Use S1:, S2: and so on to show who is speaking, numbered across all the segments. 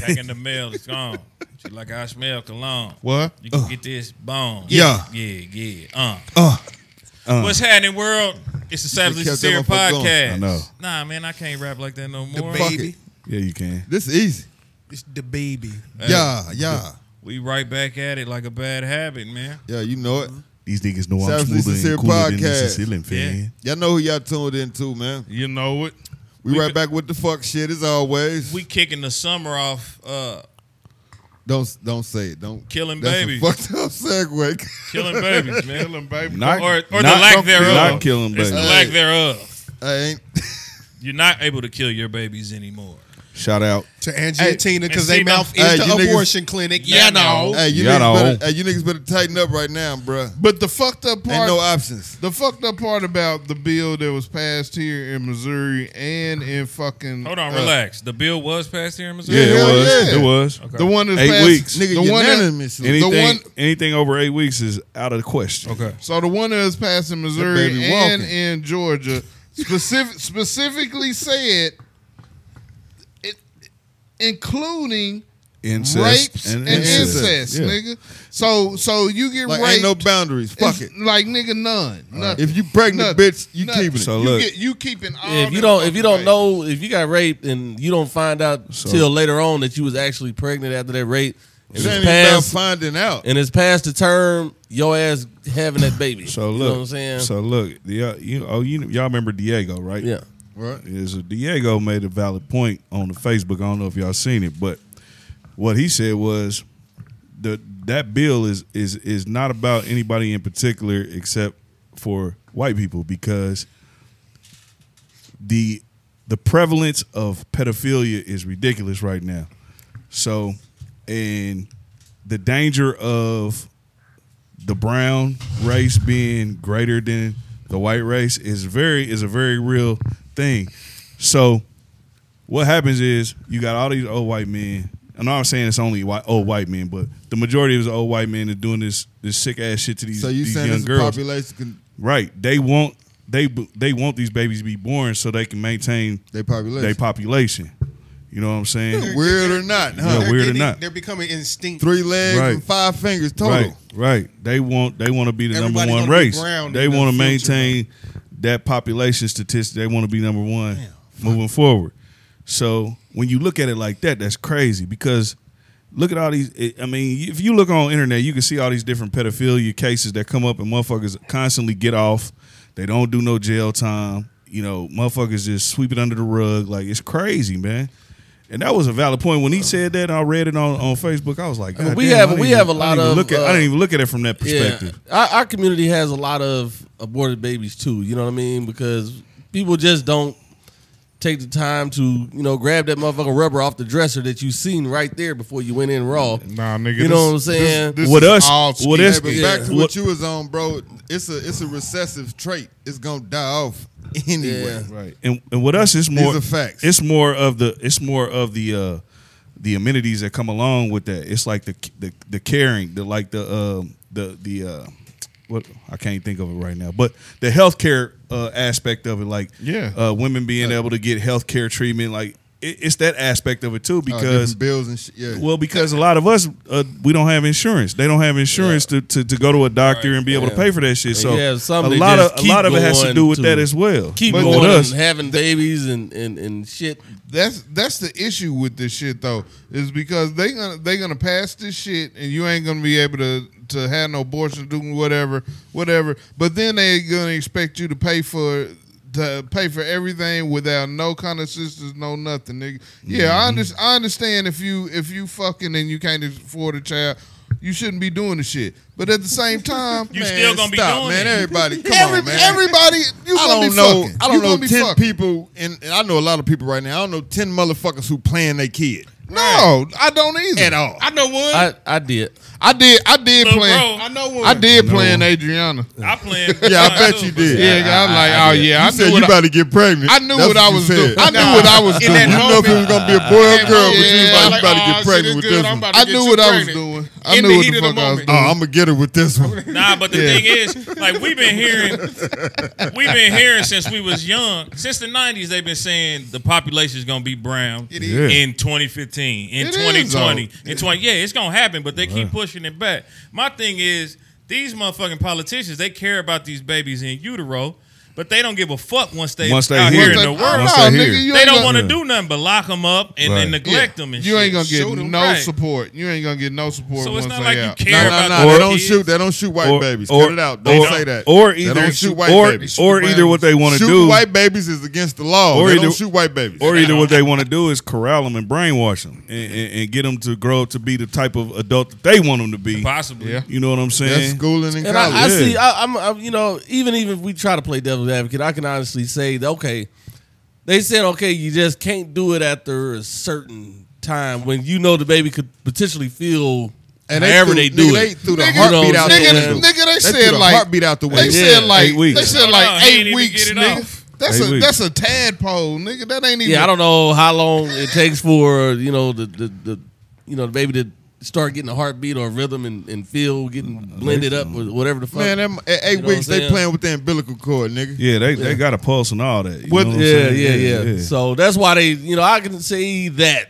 S1: Back in the mail, it's gone. She like I smell cologne.
S2: What?
S1: You
S3: Uh,
S1: can get this bone.
S2: Yeah.
S1: Yeah, yeah. Uh.
S2: Uh,
S1: What's happening, world? It's the Savage
S3: kept
S1: Sincere
S3: that motherfucker going.
S1: podcast.
S2: I know.
S1: Nah, man, I can't rap like that no
S4: The
S1: more.
S4: baby.
S3: it.
S2: yeah, you can.
S3: This is easy.
S4: It's the baby.
S1: Hey,
S3: yeah, yeah.
S1: We right back at it like a bad habit, man.
S3: Yeah, you know it.
S5: These niggas know I'm
S3: Sounds
S5: smoother
S3: sincere
S5: and cooler than
S3: podcast.
S5: the Sicilian fan.
S1: Yeah.
S3: Y'all know who y'all tuned in to, man.
S2: You know it.
S3: We,
S1: We
S3: right
S1: could-
S3: back with the fuck shit as always.
S1: We kicking the summer off. Uh,
S3: don't don't say it. Don't
S1: Killing
S3: that's
S1: babies.
S3: A fucked up segue.
S1: killing babies, man.
S2: Killing baby.
S5: Not,
S1: Or- or the
S5: not-
S1: lack thereof.
S5: Not killing
S1: It's
S5: baby.
S1: the lack thereof.
S3: I ain't.
S1: You're not able to kill your babies anymore.
S5: Shout out.
S4: To Argentina
S1: and
S4: because
S1: see
S4: they
S1: now-
S4: mouth
S3: Hey,
S4: is
S3: you
S4: the
S3: niggas-
S4: abortion clinic. Yeah, no.
S3: hey, you
S5: Y'all
S3: niggas
S5: know.
S3: better, hey, you niggas better tighten up right now, bruh.
S2: But the fucked up
S3: Ain't
S2: part.
S3: no options.
S2: the fucked up part about the bill that was passed here in Missouri and in fucking
S1: Hold on,
S2: uh,
S1: relax. The bill was passed here in Missouri.
S5: Yeah,
S3: hell
S5: it was.
S3: yeah.
S5: It was.
S2: The one that's
S5: Eight
S2: passed,
S5: weeks.
S3: Nigga,
S2: the one that-
S3: unanimously.
S2: the
S5: Anything,
S2: one-
S5: anything over eight weeks is out of the question.
S1: Okay.
S2: so the one that was passed in Missouri
S3: baby
S2: and
S3: walking.
S2: in Georgia specific, specifically said it, including
S5: Incest
S2: rapes and,
S5: incest.
S2: incest,
S5: Yeah.
S2: nigga. So so you get
S3: Like
S2: raped.
S3: ain't no boundaries. Fuck
S2: it's
S3: it.
S2: Like nigga, none. Nothing.
S3: If you pregnant,
S2: Nothing.
S3: bitch, you
S2: Nothing.
S3: keeping it.
S5: So
S2: you
S5: look,
S2: get you keeping all.
S6: if you
S2: the
S6: don't if you don't
S2: fucking
S6: know if you got raped and you don't find out
S5: So-
S6: till later on that you was actually pregnant after that rape and
S3: It
S6: it's
S3: ain't even about
S6: past
S3: finding out.
S6: and it's past the term, your ass having that baby.
S5: so
S6: you
S5: look,
S6: know what I'm saying?
S5: so look, yeah, you oh you y'all remember Diego, right?
S6: yeah.
S3: Right.
S5: Is Diego made a valid point on the Facebook. I don't know if y'all seen it, but what he said was the that bill is is is not about anybody in particular except for white people because the the prevalence of pedophilia is ridiculous right now. So, and the danger of the brown race being greater than the white race is very is a very real thing. So, what happens is you got all these old white men. And I'm not saying it's only white, old white men, but the majority of these old white men are doing this this sick ass shit to these,
S3: So you
S5: these
S3: saying
S5: young
S3: this
S5: girls.
S3: population can
S5: Right. They want they they want these babies to be born so they can maintain
S3: they population.
S5: their population. You know what I'm saying?
S3: Weird or not, huh?
S5: Yeah, weird or not.
S4: They're becoming instinct.
S3: Three legs
S5: Right.
S3: and five fingers total.
S5: Right. Right. They want they want to be the
S4: Everybody's
S5: number one
S4: gonna be
S5: race.
S4: brown
S5: They
S4: in the
S5: want to
S4: future,
S5: maintain that population statistic. They want to be number one moving forward. So when you look at it like that, that's crazy because look at all these. I mean, if you look on internet, you can see all these different pedophilia cases that come up, and motherfuckers constantly get off. They don't do no jail time. You know, motherfuckers just sweep it under the rug. Like it's crazy, man. And that was a valid point when he said that. And I read it on, on Facebook. I was like,
S6: mean,
S5: "God
S6: we
S5: damn,
S6: have-
S5: I didn't
S6: we
S5: even-
S6: have a
S5: I didn't
S6: lot
S5: even
S6: of,
S5: Look at, I
S6: uh,
S5: didn't even look at it from that
S6: Yeah.
S5: perspective.
S6: Our, our community has a lot of aborted babies too, you know what I mean? Because people just don't take the time to, you know, grab that motherfucking rubber off the dresser that you seen right there before you went in raw.
S2: Nah, nigga.
S6: You know what I'm
S2: this-
S6: saying?
S2: This, this
S5: With
S2: is
S5: us-
S2: all
S5: with
S2: scheme.
S5: us-
S3: Hey, but
S6: Yeah.
S3: back to
S5: What-
S3: what you was on, bro. It's a it's a recessive trait. It's gonna die off anyway.
S5: Right. And and with us, it's more
S3: are facts.
S5: It's more of the it's more of the uh the amenities that come along with that. It's like the the, the caring, the like the um the the uh what I can't think of it right now, but the healthcare uh, aspect of it, like
S2: Yeah.
S5: uh, women being able to get healthcare treatment, like it, it's that aspect of it too,
S3: Uh,
S5: because
S3: different bills and shit. Yeah.
S5: Well, because a lot of us, uh, we don't have insurance. They don't have insurance to, to, to go to a doctor and be able to
S6: Yeah.
S5: pay for that shit. So
S6: Yeah,
S5: a
S6: some they
S5: lot
S6: just
S5: of a
S6: keep
S5: lot of it has to
S6: going
S5: do with
S6: to-
S5: that as well.
S6: Keep
S5: But
S6: going
S5: with us,
S6: and having babies and, and, and shit.
S2: that's that's the issue with this shit though, is because they gonna they gonna pass this shit and you ain't gonna be able to to have no abortion, do whatever, whatever. But then they gonna expect you to pay for to pay for everything without no kind of sisters, no nothing, nigga. Yeah, I
S3: Mm-hmm.
S2: understand. I understand if you if you fucking and you can't afford a child. You shouldn't be doing the shit, but at the same time,
S1: You
S2: man,
S1: still gonna be
S3: Stop,
S1: doing
S3: man.
S1: it.
S3: Everybody, come
S2: every,
S3: on, man.
S2: everybody, you
S3: I
S2: gonna
S3: don't
S2: be
S3: know.
S2: fucking.
S3: I
S2: you
S3: don't
S2: gonna
S3: know
S2: be
S3: ten
S2: fucking.
S3: people, and, and I know a lot of people right now. I don't know ten motherfuckers who playing their kid
S2: No, I don't either.
S3: at all.
S4: I know one.
S6: I, I did.
S2: I did. I did
S1: Look,
S2: playing.
S1: bro,
S4: I know one.
S2: I did playing Adriana.
S1: I plan.
S3: Yeah, I bet you did.
S2: Yeah, I, am like, oh yeah, I
S3: you said
S2: knew
S3: you
S2: what I,
S3: about to get pregnant.
S2: I knew
S3: That's
S2: what I
S3: you
S2: was
S3: said.
S2: doing. I knew
S4: Nah.
S2: what I was
S4: In
S2: doing.
S4: that
S3: You
S2: I
S3: know if it was gonna be a boy or a girl, but you
S2: yeah,
S3: was
S2: like,
S3: about to get
S4: "Oh, shit,
S3: pregnant
S4: it's
S3: with
S4: good.
S3: this
S4: I'm
S3: one.
S4: about
S3: Oh,
S4: to get
S2: knew
S4: you
S2: what I was
S4: pregnant."
S2: doing. I
S4: In
S2: knew
S4: the
S2: what
S4: heat
S2: the
S4: of the
S2: fuck I was
S4: moment.
S2: doing.
S3: I'm gonna Oh, get her with this one.
S1: Nah, but the thing is, like we've been hearing, we've been hearing since we was young, since the '90s, they've been saying the population is gonna be brown
S5: is.
S1: in 2015. 2019, in
S2: It is,
S1: 2020,
S2: though.
S1: in 20. Yeah, it's gonna happen, but they keep pushing it back. My thing is, these motherfucking politicians, they care about these babies in utero, but they don't give a fuck once they
S5: Once they
S1: out here
S5: hear it.
S1: in
S2: Once
S1: the
S2: they-
S1: world.
S5: Once they
S2: no, nigga,
S5: hear it.
S2: you
S1: They
S2: ain't
S1: don't
S2: gonna-
S1: want to do nothing but lock them up and,
S5: Right.
S1: and neglect them and
S2: You
S1: shit.
S2: ain't gonna
S1: Shoot
S2: get
S1: 'em
S2: no
S1: right.
S2: support. You ain't gonna get no support
S1: So
S2: once
S1: it's not
S2: they
S1: like
S2: out.
S1: you
S3: No,
S1: care
S3: no,
S1: about
S3: no.
S1: the
S3: They don't
S1: kids.
S3: shoot. They don't shoot white babies. Cut it out. Don't, say that.
S5: Or
S3: They
S5: either
S3: don't shoot white
S5: or,
S3: babies.
S5: or either what they want to
S3: Shooting
S5: do,
S3: white babies is against the law.
S5: Or
S3: they
S5: either-
S3: don't shoot white babies.
S5: or either what they want to do is corral them and brainwash them and, and, and get them to grow up to be the type of adult that they want them to be.
S1: Possibly.
S2: Yeah.
S5: You know what I'm
S3: That's
S5: saying?
S3: schooling and
S6: And I, I
S5: Yeah.
S3: college.
S6: see, I, I'm, I'm, you know, even even if we try to play devil's advocate, I can honestly say, that, okay, they said, okay, you just can't do it after a certain time when you know the baby could potentially feel
S3: And they
S6: however
S3: threw-
S6: they do
S3: nigga,
S6: it.
S3: They threw the
S6: You know
S3: heartbeat
S6: what I'm
S3: out
S6: saying?
S3: the
S2: Nigga,
S3: window.
S2: nigga, they
S3: They
S2: said
S3: threw the
S2: like
S3: heartbeat out the
S2: They
S3: window.
S2: said like
S5: eight weeks.
S2: they said
S1: Hold on,
S2: like
S1: he
S2: eight
S1: didn't even
S2: weeks,
S1: get it
S2: nigga.
S1: off.
S2: That's
S5: Eight
S2: a
S5: weeks.
S2: that's a tadpole, nigga. That ain't even.
S6: Yeah, I don't know how long it takes for you know the the, the you know the baby to start getting a heartbeat or rhythm and, and feel getting blended up with whatever the fuck.
S3: Man, them, at eight
S6: You know
S3: weeks
S6: what
S3: they
S6: I'm saying?
S3: playing with the umbilical cord, nigga.
S5: Yeah, they, they got a pulse and all that. You
S6: What-
S5: know what I'm
S6: yeah, yeah,
S5: saying?
S6: yeah, So that's why they you know I can see that.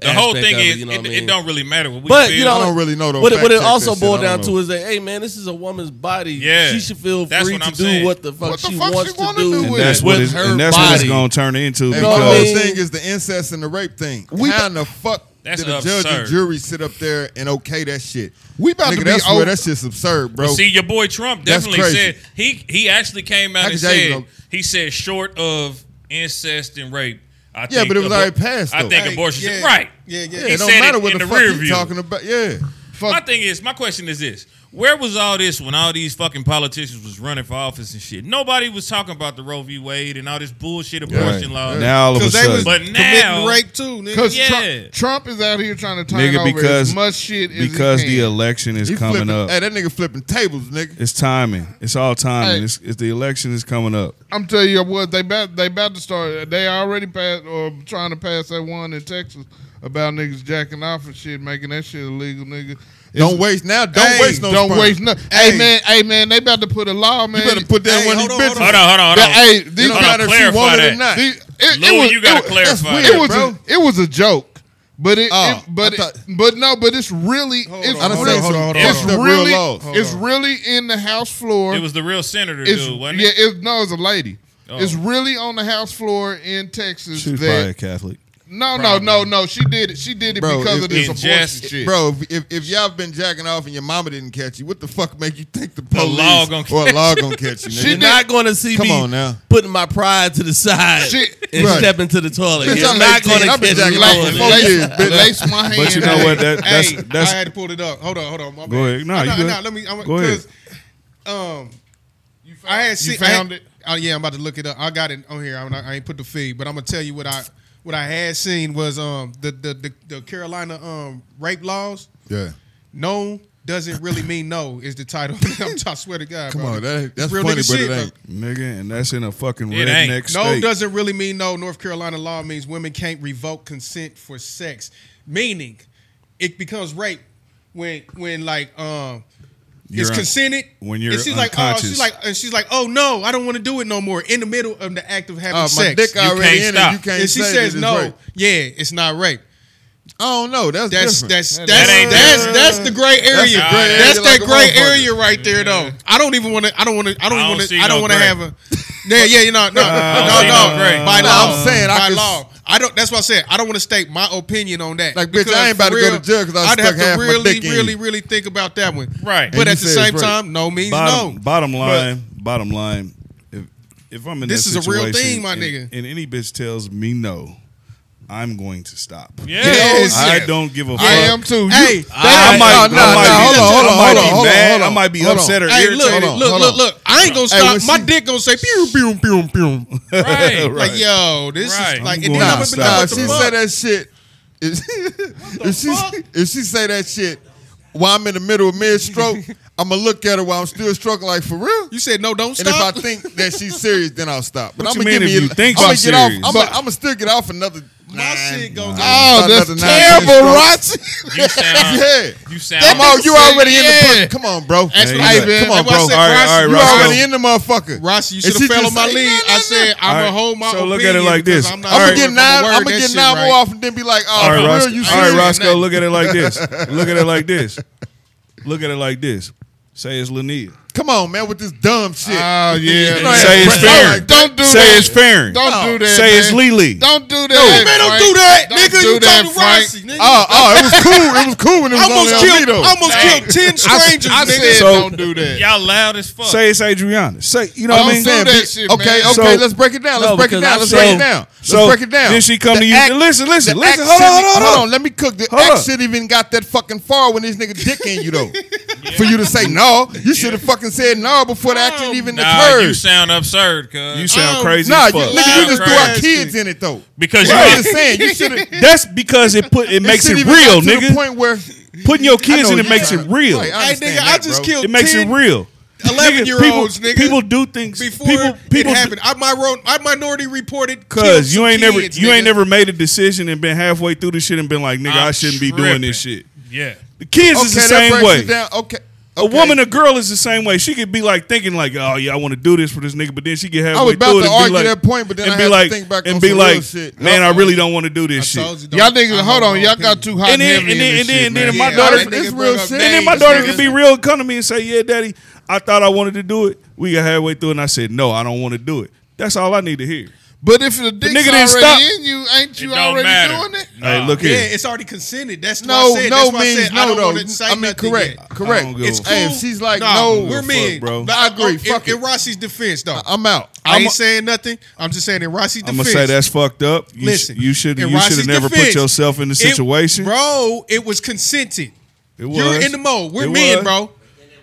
S1: The whole
S6: aspect
S1: thing
S6: of
S1: is,
S6: you know
S1: it,
S6: what I
S1: it
S6: mean?
S1: don't really matter what we
S6: But
S1: feel.
S6: you know,
S3: I don't really know, though.
S6: What it, what it
S3: Fact check
S6: also
S3: that shit.
S6: boiled
S3: I don't
S6: down
S3: know.
S6: to is that, hey man, this is a woman's body.
S1: Yeah.
S6: she should feel
S1: That's
S6: free
S1: what
S6: to
S1: I'm
S6: do
S1: saying.
S6: what the fuck
S2: What the
S6: she
S2: fuck she
S6: wants
S2: wanna
S6: to do,
S2: do
S6: with
S5: And that's what it's,
S6: her
S5: and that's
S6: body.
S5: what it's gonna turn into
S3: And the
S5: because
S6: know what I
S3: whole
S6: mean?
S3: thing is the incest and the rape thing. How in the fuck
S1: That's
S3: did a judge
S1: absurd.
S3: and jury sit up there and okay that shit?
S2: We about
S3: Nigga,
S2: to be
S3: that's where
S2: old.
S3: that shit's absurd, bro.
S1: See, your boy Trump
S3: That's
S1: definitely
S3: crazy.
S1: said he he actually came out
S3: How
S1: and
S3: could y'all even
S1: said
S3: go-
S1: he said short of incest and rape. I
S3: Yeah,
S1: think
S3: but it was
S1: abor-
S3: already passed,
S1: I
S3: though.
S1: think
S3: Hey,
S1: abortion.
S4: yeah.
S1: Right.
S4: Yeah, yeah.
S3: yeah,
S1: He
S3: it don't
S1: said
S3: matter
S1: it
S3: what
S1: in
S3: the,
S1: the
S3: fuck
S1: rear
S3: you
S1: view.
S3: talking about. Yeah.
S1: My thing is, my question is this: Where was all this when all these fucking politicians was running for office and shit? Nobody was talking about the Roe v. Wade and all this bullshit abortion law.
S5: now all of a
S4: Because they was
S5: sudden
S1: But now-
S4: committing rape too, nigga.
S2: Because
S1: Yeah.
S2: Trump, Trump is out here trying to turn
S5: nigga
S2: over
S5: because
S2: as much shit as he
S5: because the
S2: can.
S5: election is
S3: He
S5: coming
S3: flipping,
S5: up.
S3: Hey, that nigga flipping tables, nigga.
S5: It's timing. It's all timing.
S2: Hey.
S5: It's, it's the election is coming up.
S2: I'm telling you what, they about they about to start. They already passed or trying to pass that one in Texas about niggas jacking off and shit, making that shit illegal, nigga.
S3: Don't waste now. Don't
S2: Hey,
S3: waste no
S2: Don't
S3: sperm.
S2: waste nothing. Hey.
S3: Hey.
S2: man, hey man, they about to put a law, man.
S3: You better put that
S4: Hey,
S3: one of
S4: hold
S3: these
S4: on,
S3: bitches.
S1: Hold
S4: hold
S1: on, hold on, hold
S2: That-
S1: on.
S2: hey, these-
S3: It don't
S1: Hold on,
S3: matter if she
S1: clarify
S3: wanted
S1: that.
S3: or not.
S2: The- it, it
S1: Louis,
S2: was,
S1: you gotta
S2: it, was-
S1: clarify
S2: that's
S1: that.
S2: weird, It was
S3: bro.
S2: A, it was a joke, but it,
S3: Oh,
S2: it- but
S3: I
S2: it,
S3: thought-
S2: but no, but it's really it's
S3: I done
S2: really
S3: seen some
S2: it's
S3: fucked up real
S2: really
S3: laws. Hold
S2: it's really in the house floor.
S1: It was the real senator
S2: it's,
S1: dude, wasn't
S2: yeah,
S1: it?
S2: it, no, it's a lady.
S1: Oh.
S2: It's really on the house floor in Texas.
S5: She's probably a
S2: that
S5: Catholic.
S2: no, no, no, no. She did it. She did it
S3: Bro,
S2: because
S3: it-
S2: of this
S1: it
S2: abortion
S1: just-
S2: shit.
S3: Bro, if, if, if y'all been jacking off and your mama didn't catch you, what the fuck make you think the police
S1: law gonna
S3: or a law gonna catch you? Nigga?
S6: You're not going to see
S3: Come
S6: me
S3: on now.
S6: putting my pride to the side
S2: Shit.
S6: and
S3: Right.
S6: stepping to the toilet.
S3: Bitch,
S6: You're
S3: I'm
S6: not going
S3: 18.
S6: to
S3: I've been
S6: catch me
S3: jacking off
S6: doing
S3: for
S6: that.
S3: four
S2: lace,
S3: years, bitch.
S2: lace my hand.
S5: But you know what? That that's
S4: hey,
S5: that's
S4: I had to pull it up. Hold on, hold on. My
S5: Go
S4: bad.
S5: ahead. Nah,
S4: I
S5: you
S4: know-
S5: good.
S4: No, let me. I'm,
S5: Go ahead.
S4: 'cause, Um, I had seen,
S2: found
S4: I had-
S2: it?
S4: Oh yeah, I'm about to look it up. I got it on here. I'm not, I ain't put the feed, but I'm gonna tell you what I what I had seen was um the the the, the Carolina um rape laws.
S3: Yeah.
S4: No doesn't really mean no is the title. I'm, I swear to God.
S3: Come
S4: bro.
S3: on, that, that's
S4: Real
S3: funny,
S4: nigga
S3: but it
S4: shit, bro.
S3: ain't.
S5: nigga, and that's in a fucking
S1: It ain't.
S5: redneck state.
S4: No doesn't really mean no. North Carolina law means women can't revoke consent for sex, meaning it becomes rape when when like um
S5: You're
S4: it's
S5: un-
S4: consented
S5: when you're
S4: and she's like oh
S5: unconscious.
S4: she's like and she's like oh no I don't want to do it no more in the middle of the act of having
S3: Uh, my
S4: sex.
S3: dick already
S1: can't
S3: in
S1: stop.
S3: it. You can't
S4: and she
S3: say
S4: says
S3: that it's
S4: no,
S3: rape.
S4: yeah, it's not rape.
S3: I don't know. That's
S4: That's
S3: different.
S4: that's that's
S1: ain't
S4: that's,
S1: different.
S4: that's the gray area.
S1: the
S4: That's,
S1: gray area
S3: like
S4: that
S3: a
S4: gray
S3: motherfucker.
S4: area right there, though. I don't even want to. I don't want to. I don't
S1: I don't
S4: want
S1: see
S4: to. I don't
S1: no
S4: want to
S1: gray.
S4: have a. Yeah, yeah, you know, no,
S1: see no
S4: no, no,
S1: gray.
S4: By
S3: No,
S4: law,
S3: I'm saying I
S4: by
S3: could-
S4: law. I don't. That's why I said I don't want to state my opinion on that.
S3: Like, bitch, I ain't about to
S4: for
S3: go to jail 'cause I
S4: I'd have
S3: stuck half
S4: to
S3: my
S4: really,
S3: dick in you.
S4: really, really think about that one.
S1: Right.
S4: But
S3: And
S4: at
S3: you
S4: the
S3: said
S4: same
S3: it's right.
S4: time, no means
S5: bottom,
S4: no.
S5: bottom line, bottom line. If if I'm in
S4: This
S5: that
S4: is a real
S5: situation
S4: thing, my
S5: and-
S4: nigga.
S5: and any bitch tells me no, I'm going to stop.
S1: Yeah.
S4: Yes.
S5: I don't give a fuck.
S2: I am too. You-
S4: Hey,
S5: I, might,
S3: no, no,
S5: I might
S3: no,
S5: be,
S3: hold on, hold on,
S5: I might
S3: hold on,
S5: be
S3: hold on,
S5: mad.
S3: hold on,
S5: I might be
S3: hold on.
S5: upset or
S4: Hey, look,
S5: irritated.
S4: look, look, look. I ain't gonna stop.
S3: when
S4: my
S3: she-
S4: dick gonna say pew, pew, pew, pew.
S1: Right.
S5: Right.
S4: Like, yo, this
S1: Right.
S4: is like.
S5: I'm
S4: and then
S5: going
S4: I'm
S3: Nah,
S4: gonna
S5: to
S4: be
S5: stop.
S4: like,
S3: nah,
S4: what
S3: if
S4: the
S3: she
S4: fuck?
S3: say that shit, if if she
S4: fuck?
S3: if she say that shit while I'm in the middle of mid stroke, I'm gonna look at her while I'm still stroking. Like for real.
S4: You said no, don't
S3: And if I
S4: stop.
S3: think that she's serious, then I'll stop. But
S5: What
S3: I'm
S5: you
S3: gonna
S5: mean
S3: give
S5: if
S3: me.
S5: you think
S3: I'm
S5: she's
S3: gonna get off.
S5: serious?
S3: I'm gonna still get off another
S4: My shit go.
S2: Oh, that's
S3: Another nine-inch
S2: terrible,
S3: stroke.
S2: Rotzi.
S1: You sound.
S3: Yeah.
S1: You sound.
S3: Come on, you
S2: Yeah.
S3: already in the pussy. Come on, bro.
S2: That's
S5: Hey,
S2: what I
S5: man.
S2: man.
S3: Come on,
S2: That's
S3: bro.
S2: what
S3: All
S2: I said,
S5: right, all right,
S3: You
S5: Roscoe.
S3: already in the motherfucker.
S4: Rossi, you
S3: And
S4: should
S3: she
S4: have fell
S3: just
S4: on my
S3: say,
S4: lead.
S3: nah, nah,
S4: I said,
S5: nah.
S4: I'm
S5: All
S4: going
S5: right,
S4: to hold my
S5: so look at it
S4: opinion
S5: like
S4: because
S5: this.
S4: I'm not
S5: All
S3: I'm
S5: right.
S3: gonna get
S4: working
S3: nine.
S4: on
S3: I'm
S4: word.
S3: gonna
S4: That
S3: get
S4: shit
S3: nine
S4: right.
S3: more off and then be like, oh,
S5: All right,
S3: for
S5: Roscoe.
S3: real, you
S5: All right,
S3: serious?
S5: Roscoe. Look at it like this. Look at it like this. Look at it like this. Say it's Lania.
S3: Come on, man, with this dumb shit.
S4: Ah,
S2: Oh, yeah.
S3: You know,
S5: Say
S3: Brett-
S5: it's fair.
S3: All right,
S2: Don't do
S5: Say
S2: that.
S5: it's fair.
S2: Don't
S3: No.
S2: do that.
S5: Say it's
S2: man.
S5: Lily.
S2: Don't do that.
S3: man, don't
S2: Frank.
S3: do that,
S2: Don't
S3: nigga.
S2: do
S3: You
S2: that,
S3: talking
S2: Frank.
S4: Rossi, nigga.
S3: Oh, oh, it was cool. It was cool when it was
S4: almost
S3: on
S4: killed,
S3: Albedo.
S4: almost
S1: Hey.
S4: killed 10
S2: I-
S4: strangers,
S2: I
S4: nigga.
S2: said
S5: So-
S2: don't do that.
S1: Y'all loud as fuck.
S5: Say it's Adriana. Say you know
S2: Don't
S5: what I mean.
S2: do that
S3: Be-
S2: shit,
S3: okay,
S2: man.
S3: okay,
S5: So-
S3: let's break it down. Let's
S6: No,
S3: break it
S6: because
S3: down.
S6: I'm
S3: Let's
S5: So-
S3: break it down. Let's
S5: so
S3: break it down.
S5: Then she come
S3: The
S5: to you.
S3: act-
S5: listen, listen,
S3: the
S5: listen.
S3: act
S5: Hold on,
S3: shouldn't-
S5: hold on, hold on.
S3: Let me cook. The
S5: Hold
S3: act
S5: up.
S3: shouldn't even got that fucking far when this nigga dick in you though. For you to say no, you should have fucking said no before the action even
S1: Nah, you
S3: occurred.
S1: sound absurd, cuz.
S5: You sound crazy.
S3: Nah,
S5: as
S3: you,
S5: fuck.
S3: nigga, you just threw our
S1: Crazy.
S3: kids in it though.
S1: because
S3: You know what I'm
S1: you
S3: saying? You should have.
S5: That's because it put it makes it real,
S3: To
S5: nigga.
S3: the point where
S5: Putting your kids
S3: know
S5: in it
S3: you
S5: makes it
S3: trying-
S5: real.
S3: Right,
S4: Hey,
S3: understand
S4: nigga, I
S3: that,
S4: just
S3: bro.
S4: killed
S5: It makes
S4: 10
S5: it real.
S4: 11-year-olds,
S5: people-
S4: nigga.
S5: People do things
S4: before
S5: people, people
S4: it happened. I, my, ro- I, my minority reported killed
S5: Cause you
S4: some
S5: ain't never
S4: kids,
S5: you
S4: nigga.
S5: ain't never made a decision and been halfway through the shit and been like, nigga,
S1: I'm
S5: I shouldn't be doing this shit.
S1: tripping. Yeah.
S5: The kids is the
S3: Okay, that
S5: same
S3: breaks
S5: way.
S3: it down. Okay.
S5: A woman, a girl is the same way. She could be like thinking like, oh yeah, I want to do this for this nigga, but then she get halfway
S3: was about
S5: through it
S3: to
S5: and be
S3: argue
S5: like,
S3: that point, but then
S5: and
S3: I
S5: be
S3: had to
S5: like,
S3: think back on
S5: and be
S3: some
S5: like,
S3: real shit.
S5: man, I really don't want to do this
S4: I
S5: shit.
S4: told you, don't-
S2: Y'all
S4: I
S2: niggas,
S4: hold
S2: hold on.
S4: my
S2: Y'all
S4: opinion.
S2: got too hot
S5: And
S2: and
S5: then- and
S2: heavy in
S5: then-
S2: this
S5: and then-
S2: shit,
S5: and then
S2: man.
S5: my
S4: Yeah,
S5: daughter
S4: that
S5: could
S4: nigga
S5: be
S4: bring
S5: real.
S4: up
S5: And then my
S4: names,
S5: daughter
S4: nigga.
S5: could be real, come to me and say, yeah, daddy, I thought I wanted to do it. We got halfway through, and I said, no, I don't want to do it. That's all I need to hear.
S2: But if the dick's
S5: nigga didn't
S2: already
S5: stop.
S2: in you, ain't
S1: It
S2: you
S1: don't
S2: already
S1: matter.
S2: doing it?
S5: Hey, look
S4: Yeah,
S5: here.
S4: it's already consented. That's
S3: No,
S4: what I said.
S3: no
S4: That's why I
S3: means
S4: said I
S3: no
S4: don't
S3: though.
S4: want to say
S3: I mean,
S4: nothing
S3: correct,
S4: yet.
S3: correct.
S5: I don't
S3: It's
S5: give
S4: a
S3: Hey,
S4: fuck.
S3: if she's like,
S4: Nah,
S3: no,
S4: we're
S5: fuck,
S4: men,
S5: bro.
S4: Nah,
S3: I agree.
S4: In,
S3: Fuck
S4: in
S3: it.
S4: Rossi's defense, though,
S3: I'm out.
S4: I
S3: I'm
S4: ain't saying nothing. I'm just saying in Rossi's
S5: I'm
S4: defense.
S5: gonna say that's fucked up. You
S4: Listen,
S5: sh- you should
S4: in
S5: you should
S4: Rossi's
S5: have never
S4: defense,
S5: put yourself in the
S4: it-
S5: situation.
S4: bro. It was consented.
S5: It was.
S4: You're in the mode. We're
S5: It
S4: men,
S5: was.
S4: bro.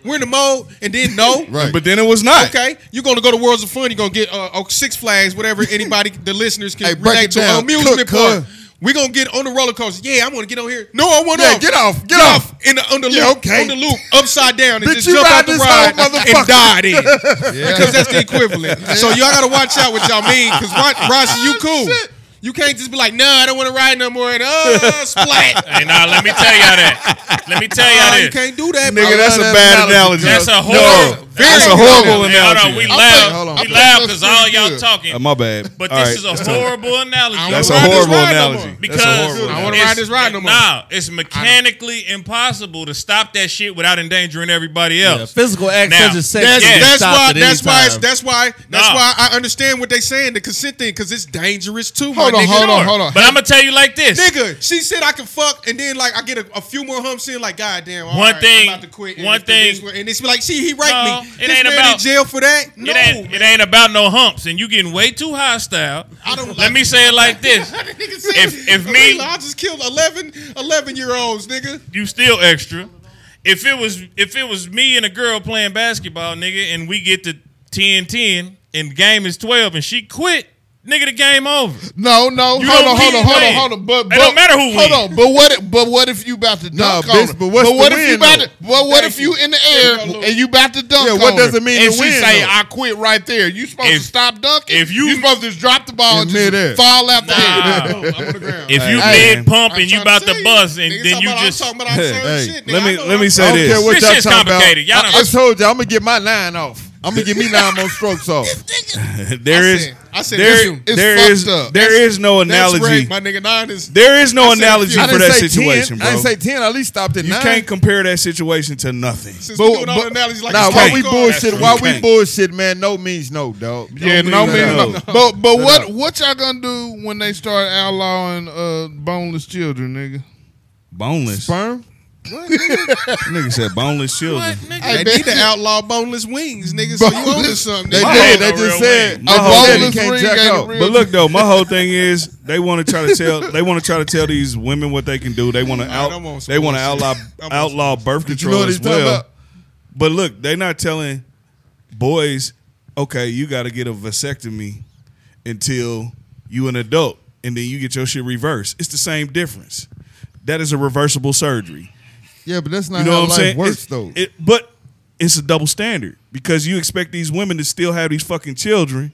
S4: We're in the mode, and then no,
S3: Right.
S5: But then it was not.
S4: Okay, you're gonna go to Worlds of Fun. You're gonna get uh, oh, Six Flags, whatever anybody, the listeners can
S3: Hey, break
S4: relate
S3: it
S4: to.
S3: down.
S4: Amusement
S3: Cook,
S4: park.
S3: cuz.
S4: We're gonna get on the roller coaster. Yeah, I want to get on here. No, I want
S3: Yeah,
S4: off.
S3: get off, get off.
S4: in the on the loop,
S3: Yeah, okay.
S4: on the loop, upside down, and
S3: Bitch,
S4: just
S3: you
S4: jump
S3: ride
S4: out the
S3: this
S4: ride
S3: whole motherfucker.
S4: and die then, because that's the equivalent. So y'all gotta watch out what y'all mean, because Ross, you cool. You can't just be like, nah, I don't want to ride no more. And uh, splat.
S1: Hey, now let me tell y'all that. Let me tell
S4: Nah,
S1: y'all
S4: Oh, you
S1: this.
S4: can't do that,
S5: Nigga,
S3: I
S5: that's a
S3: love that
S5: bad
S3: analogy,
S5: analogy.
S1: That's a horrible.
S5: No, that's a
S1: Hey,
S5: horrible
S1: hey, Hold on, we
S5: analogy.
S1: loud.
S3: hold on.
S1: We
S3: I'm
S1: loud
S2: thinking
S1: because
S2: that's
S1: all
S2: pretty
S1: y'all
S2: good.
S1: talking.
S5: Uh, My bad.
S1: But
S5: All right,
S1: this
S5: let's
S1: is a
S5: talk.
S1: horrible analogy.
S5: That's
S4: I
S5: a
S4: wanna ride this
S5: horrible
S4: ride no
S5: analogy.
S4: more.
S5: That's a
S1: Because
S5: horrible
S4: I
S5: analogy.
S4: wanna
S1: it's-
S4: ride this ride no more.
S1: Nah, it's mechanically impossible to stop that shit without endangering everybody
S6: Yeah,
S1: else.
S6: physical acts
S1: Now,
S6: such as sex.
S4: That's,
S1: Yeah.
S6: can be
S4: that's
S6: stopped
S4: why.
S6: at any
S4: That's why. It's,
S6: time.
S4: that's why. That's
S1: Nah.
S4: why I understand what they saying. The consent thing, because it's dangerous too.
S2: Hold
S4: my
S2: on,
S4: nigga.
S2: hold on,
S4: Sure.
S2: hold on.
S1: But I'm gonna tell you like this.
S4: Nigga, she said I can fuck, and then like I get a, a few more humps in, like goddamn. all
S1: One
S4: right,
S1: thing-
S4: I'm about to quit. and
S1: one
S4: it's the next
S1: thing-
S4: one, and it's like, see, he raped
S1: No,
S4: me.
S1: it
S4: This
S1: ain't
S4: man
S1: about-
S4: in jail for that. No,
S1: It ain't, it ain't about no humps, and you getting way too hostile.
S4: I don't
S1: Let
S4: like-
S1: me say it like this:
S4: Nigga said,
S1: If- if me-
S4: "Gorilla, I just killed 11, 11 year olds, nigga.
S1: you still extra. If it was if it was me and a girl playing basketball, nigga, and we get to 10-10 and the game is twelve, and she quit, nigga, the game over.
S2: No, no,
S1: You
S2: hold
S1: don't
S2: on, hold
S1: keep
S2: on, hold on,
S1: playing.
S2: hold on. But,
S1: It
S2: but
S1: don't matter who
S2: Hold
S1: win.
S2: on, but what? If, but what if you about to
S3: Nah,
S2: dunk
S3: bitch,
S2: on her?
S3: but what's
S2: what
S3: the
S2: if you
S3: win,
S2: about
S3: though?
S2: to? But what
S4: Thank
S2: if you
S4: you.
S2: in the
S4: Here we go,
S2: air and you about to dunk?
S3: Yeah, what
S2: on
S3: does
S2: her,
S3: it mean
S2: And
S3: to
S2: she
S3: win,
S2: say,
S3: though?
S2: "I quit right there." You supposed
S1: If-
S2: to stop dunking?
S1: if you-
S2: you supposed to just drop the ball and
S3: In
S2: just
S3: midair.
S2: fall out the
S1: Nah.
S2: air?
S4: No, I'm on the ground.
S1: If you
S5: Hey,
S1: mid pump
S4: I'm
S1: and you
S4: trying
S1: about
S4: tell
S1: to bust, and
S4: Nigga,
S1: then
S4: talking
S1: you
S4: about- I'm
S1: just
S4: talking about absurd
S5: Hey,
S4: shit, nigga.
S5: let
S4: I
S5: me
S4: know
S5: let
S4: I'm
S5: me say
S3: I don't care
S5: this.
S3: what
S1: This
S3: y'all
S1: shit's
S3: talking about.
S1: complicated. Y'all done-
S3: I, I told you I'm gonna get my nine off. I'm gonna get me nine more strokes off.
S5: There
S4: I
S5: is
S4: said- I said
S5: there-
S4: it's you.
S2: It's
S5: there is
S2: fucked up.
S5: there is no
S4: That's
S5: analogy.
S4: rape, my nigga. Nine is
S5: There is no
S4: I said
S5: analogy
S4: few.
S5: for
S3: didn't
S5: that
S3: say
S5: situation,
S3: 10.
S5: bro.
S3: I didn't say ten. At least stopped at
S5: You
S3: nine.
S5: can't compare that situation to nothing.
S4: Since
S3: But-
S4: we doing all
S3: but-
S4: the analogies like
S3: Nah,
S4: it's
S3: why
S4: called
S3: we
S4: cars.
S3: bullshit? Why
S5: You
S3: we
S5: can't.
S3: bullshit, man? No means no, dog.
S2: Yeah, no
S5: mean
S2: man.
S5: no.
S2: no. But but what what y'all gonna do when they start outlawing uh, boneless children, nigga?
S5: Boneless.
S3: Sperm?
S5: Nigga said boneless children.
S4: They need to outlaw boneless wings, nigga. So you owe us something.
S3: They
S4: nigga.
S3: did. They
S1: no
S3: just
S1: real
S3: said
S1: wing.
S5: My
S3: a
S5: whole
S3: boneless
S2: wing
S3: can't
S2: ain't
S3: jack
S2: a
S3: off.
S2: real-
S5: But look though, my whole thing is they want to try to tell they want to try to tell these women what they can do. They want to out
S4: I'm on some
S5: they want to
S4: bullshit.
S5: outlaw
S4: I'm on
S5: outlaw birth
S3: You
S5: control
S3: know what he's
S5: as
S3: talking
S5: well.
S3: about?
S5: But look, they're not telling boys, okay, you got to get a vasectomy until you an adult, and then you get your shit reversed. It's the same difference. That is a reversible surgery.
S3: Yeah, but that's not
S5: You know
S3: how
S5: what I'm
S3: life
S5: saying?
S3: works,
S5: It's-
S3: though.
S5: it- but it's a double standard because you expect these women to still have these fucking children,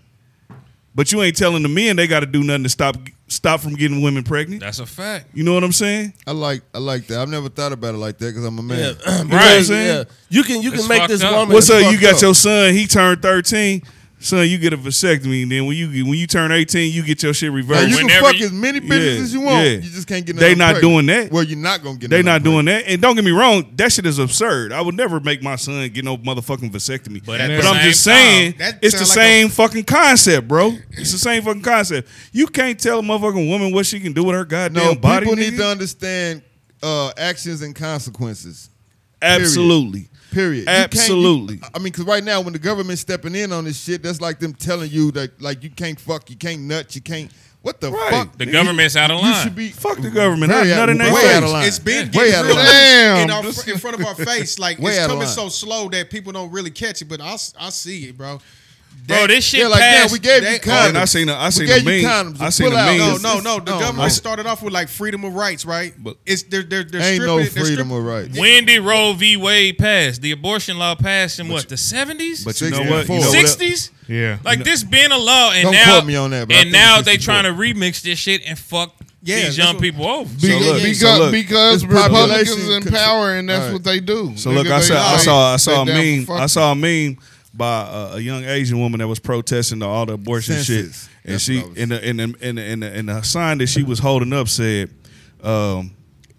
S5: but you ain't telling the men they got to do nothing to stop stop from getting women pregnant.
S1: That's a fact.
S5: You know what I'm saying?
S3: I like I like that. I've never thought about it like that because I'm a man.
S6: Yeah,
S5: I'm
S6: right.
S5: saying?
S6: Yeah. You can you
S1: It's
S6: can make
S1: fucked
S6: this
S1: up.
S6: woman.
S5: What's up? You
S6: fucked
S5: got
S6: up.
S5: your son. He turned 13. Son, you get a vasectomy. And then when you when you turn 18, you get your shit
S3: Now,
S5: reversed.
S3: you can
S1: Whenever
S3: fuck
S1: you-
S3: as many bitches
S5: Yeah,
S3: as you want.
S5: yeah.
S3: You just can't get.
S5: They
S3: none
S5: not
S3: pregnant.
S5: doing that.
S3: Well, you're not gonna get.
S5: They
S3: none
S5: not
S3: pregnant.
S5: doing that. And don't get me wrong, that shit is absurd. I would never make my son get no motherfucking vasectomy.
S1: But
S5: But,
S1: at the
S5: I'm
S1: same
S5: just saying,
S4: time, that
S5: it's the
S4: sound like
S5: same fucking concept, bro. It's the same fucking concept. You can't tell a motherfucking woman what she can do with her goddamn
S3: No,
S5: body.
S3: people need
S5: nigga.
S3: to understand uh, actions and consequences.
S5: Absolutely.
S3: Period. You can't- you-
S5: Absolutely.
S3: I mean, because right now, when the government's stepping in on this shit, that's like them telling you that like you can't fuck, you can't nut, you can't. What the
S5: Right.
S3: fuck?
S1: The
S3: nigga?
S1: government's out of
S3: You
S1: line.
S3: should be
S5: Fuck the government.
S3: Very
S5: I'm
S3: out-
S5: not in their
S3: way
S5: face.
S3: out of line.
S4: It's
S3: Way
S4: been getting
S3: out of
S4: real
S3: line.
S4: in- in,
S2: Damn.
S4: our, fr- in front of our face. Like
S3: Way out
S4: it's
S3: of
S4: coming
S3: line.
S4: so slow that people don't really catch it. But I, s- I see it, bro.
S1: Bro,
S4: That-
S1: this shit
S3: Yeah, like damn,
S1: passed.
S3: we gave you
S4: that-
S5: Oh,
S3: condoms.
S5: and I seen a, I seen
S3: gave
S5: a
S3: you
S5: meme.
S3: condoms.
S5: I seen
S3: Pull
S5: a
S3: out.
S5: meme.
S4: No,
S3: It's-
S4: no,
S3: it's-
S4: no. The
S3: no,
S4: government
S3: no.
S4: started off with like freedom of rights, right?
S5: But-
S4: it's they're they're, they're
S3: Ain't
S4: stripping,
S3: no
S4: they're
S3: freedom
S4: stripping-
S3: of rights.
S1: when did Roe v. Wade pass? The abortion law passed in what the seventies,
S5: But you know
S3: Sixty
S5: what?
S3: four.
S5: You know what?
S1: sixties.
S2: Yeah.
S1: Like this been a law, and
S3: Don't
S1: now
S3: quote me on that, but I
S1: and
S3: think
S1: now
S3: it's
S1: they
S3: 64.
S1: trying to remix this shit and fuck
S4: Yeah,
S1: these
S4: that's
S1: young
S4: what-
S1: people over.
S2: Be-
S5: So look,
S2: because
S5: so look,
S2: because
S3: this population
S2: Republicans in
S3: control-
S2: power and that's
S3: All right.
S2: what they do.
S5: So
S2: Nigga,
S5: look, I
S2: they-
S5: saw, I
S2: they-
S5: saw, I saw a
S2: they down
S5: meme.
S2: for
S5: I saw a meme by uh, a young Asian woman that was protesting the, all the abortion
S3: Census.
S5: shit, and
S3: That's
S5: she
S3: what I was-
S5: and the and the, and the, and the, and the sign that she was holding up said, um,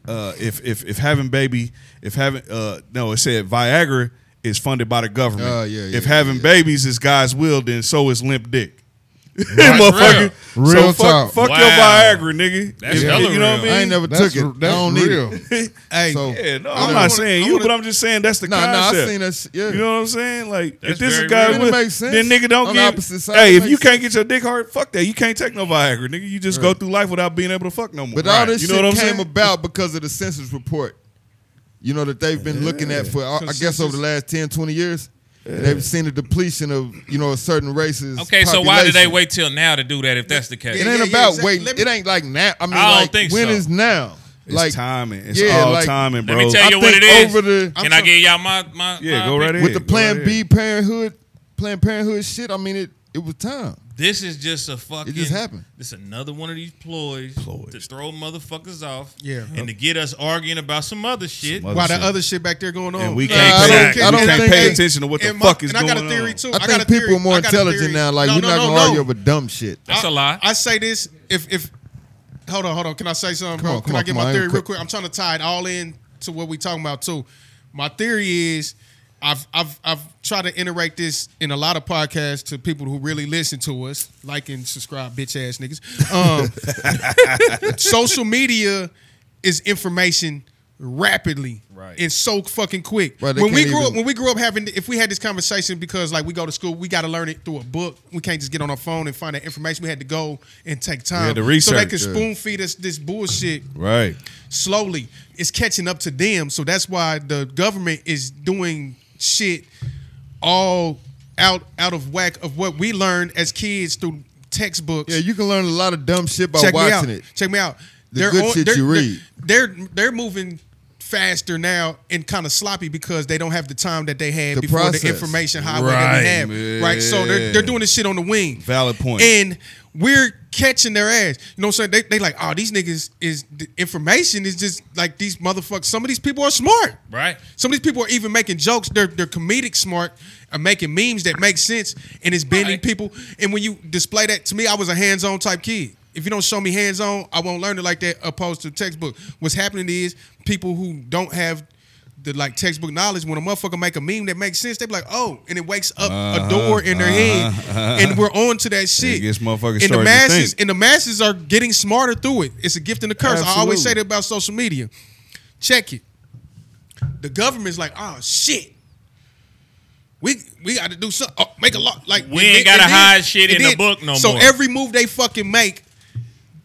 S5: uh, "If if if having baby, if having uh, no, it said Viagra is funded by the government.
S3: Oh, yeah, yeah,
S5: if having
S3: yeah.
S5: babies is God's will, then so is limp dick."
S1: real.
S5: Motherfucker. so
S2: Real
S5: fuck,
S2: talk.
S5: fuck
S1: Wow.
S5: your Viagra, nigga.
S1: That's
S5: If-
S1: hella
S5: you know what
S1: real.
S5: I mean?
S3: I ain't never
S2: That's,
S3: took it.
S2: that's
S3: I don't need
S2: real.
S3: it.
S4: Hey,
S3: So,
S5: Yeah, no,
S3: I
S5: I'm
S3: wanna-
S5: not saying
S4: I
S5: you,
S4: wanna-
S5: but I'm just saying that's the
S3: Nah, nah, I
S5: concept.
S3: seen that shit, yeah.
S5: You know what I'm saying? Like,
S1: That's
S5: if this
S1: very
S5: is guy
S1: real.
S5: with,
S3: It makes sense.
S5: then nigga don't
S3: On
S5: get.
S3: opposite side,
S5: Hey,
S3: it
S5: if you
S3: makes
S5: can't get your dick hard, fuck that. You can't take no Viagra, nigga. You just go through life without being able to fuck no more.
S3: But all
S5: Right.
S3: this
S5: you know
S3: shit
S5: what I'm
S3: came
S5: saying?
S3: about because of the census report. You know that they've been looking at for I I guess over the last 10, 20 years. They've seen a depletion of you know a certain races.
S1: Okay, so why did they
S3: population.
S1: wait till now to do that? If that's the case,
S3: It
S4: Yeah,
S3: ain't
S4: yeah, yeah,
S3: about
S4: exactly.
S3: waiting.
S4: Let me-
S3: It ain't like now. I mean,
S1: I don't
S3: like
S1: think
S3: when
S1: so.
S3: is now?
S5: It's
S3: like
S5: timing. It's
S3: yeah,
S5: all
S3: like-
S5: timing,
S1: let
S5: bro.
S1: me tell
S3: I
S1: you what it
S3: think
S1: is.
S3: over the-
S1: Can I give y'all my my?
S5: Yeah,
S1: my
S5: go right
S1: opinion?
S5: ahead.
S3: with the
S5: Go
S3: Plan
S5: ahead.
S3: B Parenthood, Planned Parenthood shit. I mean, it it was time.
S1: This is just a fucking.
S3: It just happened.
S1: This another one of these ploys,
S5: Ploys.
S1: to throw motherfuckers off.
S4: Yeah.
S1: and to get us arguing about some other shit.
S5: Some other
S4: Why the
S5: shit.
S4: other shit back there going on?
S5: And we
S4: Nah,
S5: can't,
S3: I
S5: pay,
S3: don't-
S5: we
S3: I don't
S5: can't
S3: think-
S5: pay attention to what the
S4: and my-
S5: fuck is
S4: and I
S5: going
S4: got a theory
S5: on.
S4: too.
S3: I,
S4: got
S3: think
S4: a
S3: people
S4: theory.
S3: are more
S4: I got a
S3: intelligent
S4: theory.
S3: now. Like
S4: No,
S3: we're
S4: no,
S3: not
S4: no,
S3: gonna
S4: no.
S3: argue over dumb shit.
S1: That's a lie.
S4: I say this if if hold on, hold on. Can I say something,
S3: Come
S4: bro?
S3: on, come
S4: Can I
S3: on,
S4: get
S3: come
S4: my
S3: on.
S4: theory real
S3: Quick.
S4: quick? I'm trying to tie it all in to what we talking about too. My theory is I've I've I've tried to iterate this in a lot of podcasts to people who really listen to us, like and subscribe, bitch ass niggas. Um, social media is information rapidly
S1: Right.
S4: and so fucking quick.
S3: Right, they
S4: when we
S3: can't
S4: grew up,
S3: even-
S4: when we grew up having, if we had this conversation because like we go to school, we got to learn it through a book. We can't just get on our phone and find that information. We had to go and take time
S5: Yeah, the
S4: so they
S5: research,
S4: can
S5: yeah.
S4: spoon feed us this bullshit
S5: Right.
S4: slowly. It's catching up to them, so that's why the government is doing shit all out out of whack of what we learned as kids through textbooks.
S3: Yeah, you can learn a lot of dumb shit by
S4: Check me out.
S3: watching it.
S4: Check me out.
S3: The good shit you read.
S4: They're, they're they're moving faster now and kind of sloppy because they don't have the time that they had
S3: The
S4: before
S3: process.
S4: the information highway
S5: Right,
S4: that we have. Right. So they're,
S5: man.
S4: they're doing this shit on the wing.
S5: Valid point.
S4: And we're catching their ass. You know what I'm saying? They they like, oh, these niggas is the information is just like these motherfuckers. Some of these people are smart.
S1: Right.
S4: Some of these people are even making jokes. They're they're comedic smart and making memes that make sense and it's bending
S1: Right.
S4: people. And when you display that to me, I was a hands-on type kid. If you don't show me hands-on, I won't learn it like that. Opposed to textbook. What's happening is people who don't have the like textbook knowledge. When a motherfucker make a meme that makes sense, they be like, "Oh," and it wakes up a door in their head, and we're on to that shit.
S5: Uh-huh. gets motherfuckers
S4: and the
S5: started to
S4: masses
S5: think.
S4: and the masses are getting smarter through it. It's a gift and a curse. I always say
S5: Absolutely.
S4: that about social media. Check it the government's like, oh shit. We we got to do something. Oh, make a law. Like
S1: We ain't
S4: and
S1: gotta
S4: then-
S1: hide shit
S4: and
S1: in the book no
S4: so
S1: more.
S4: So every move they fucking make,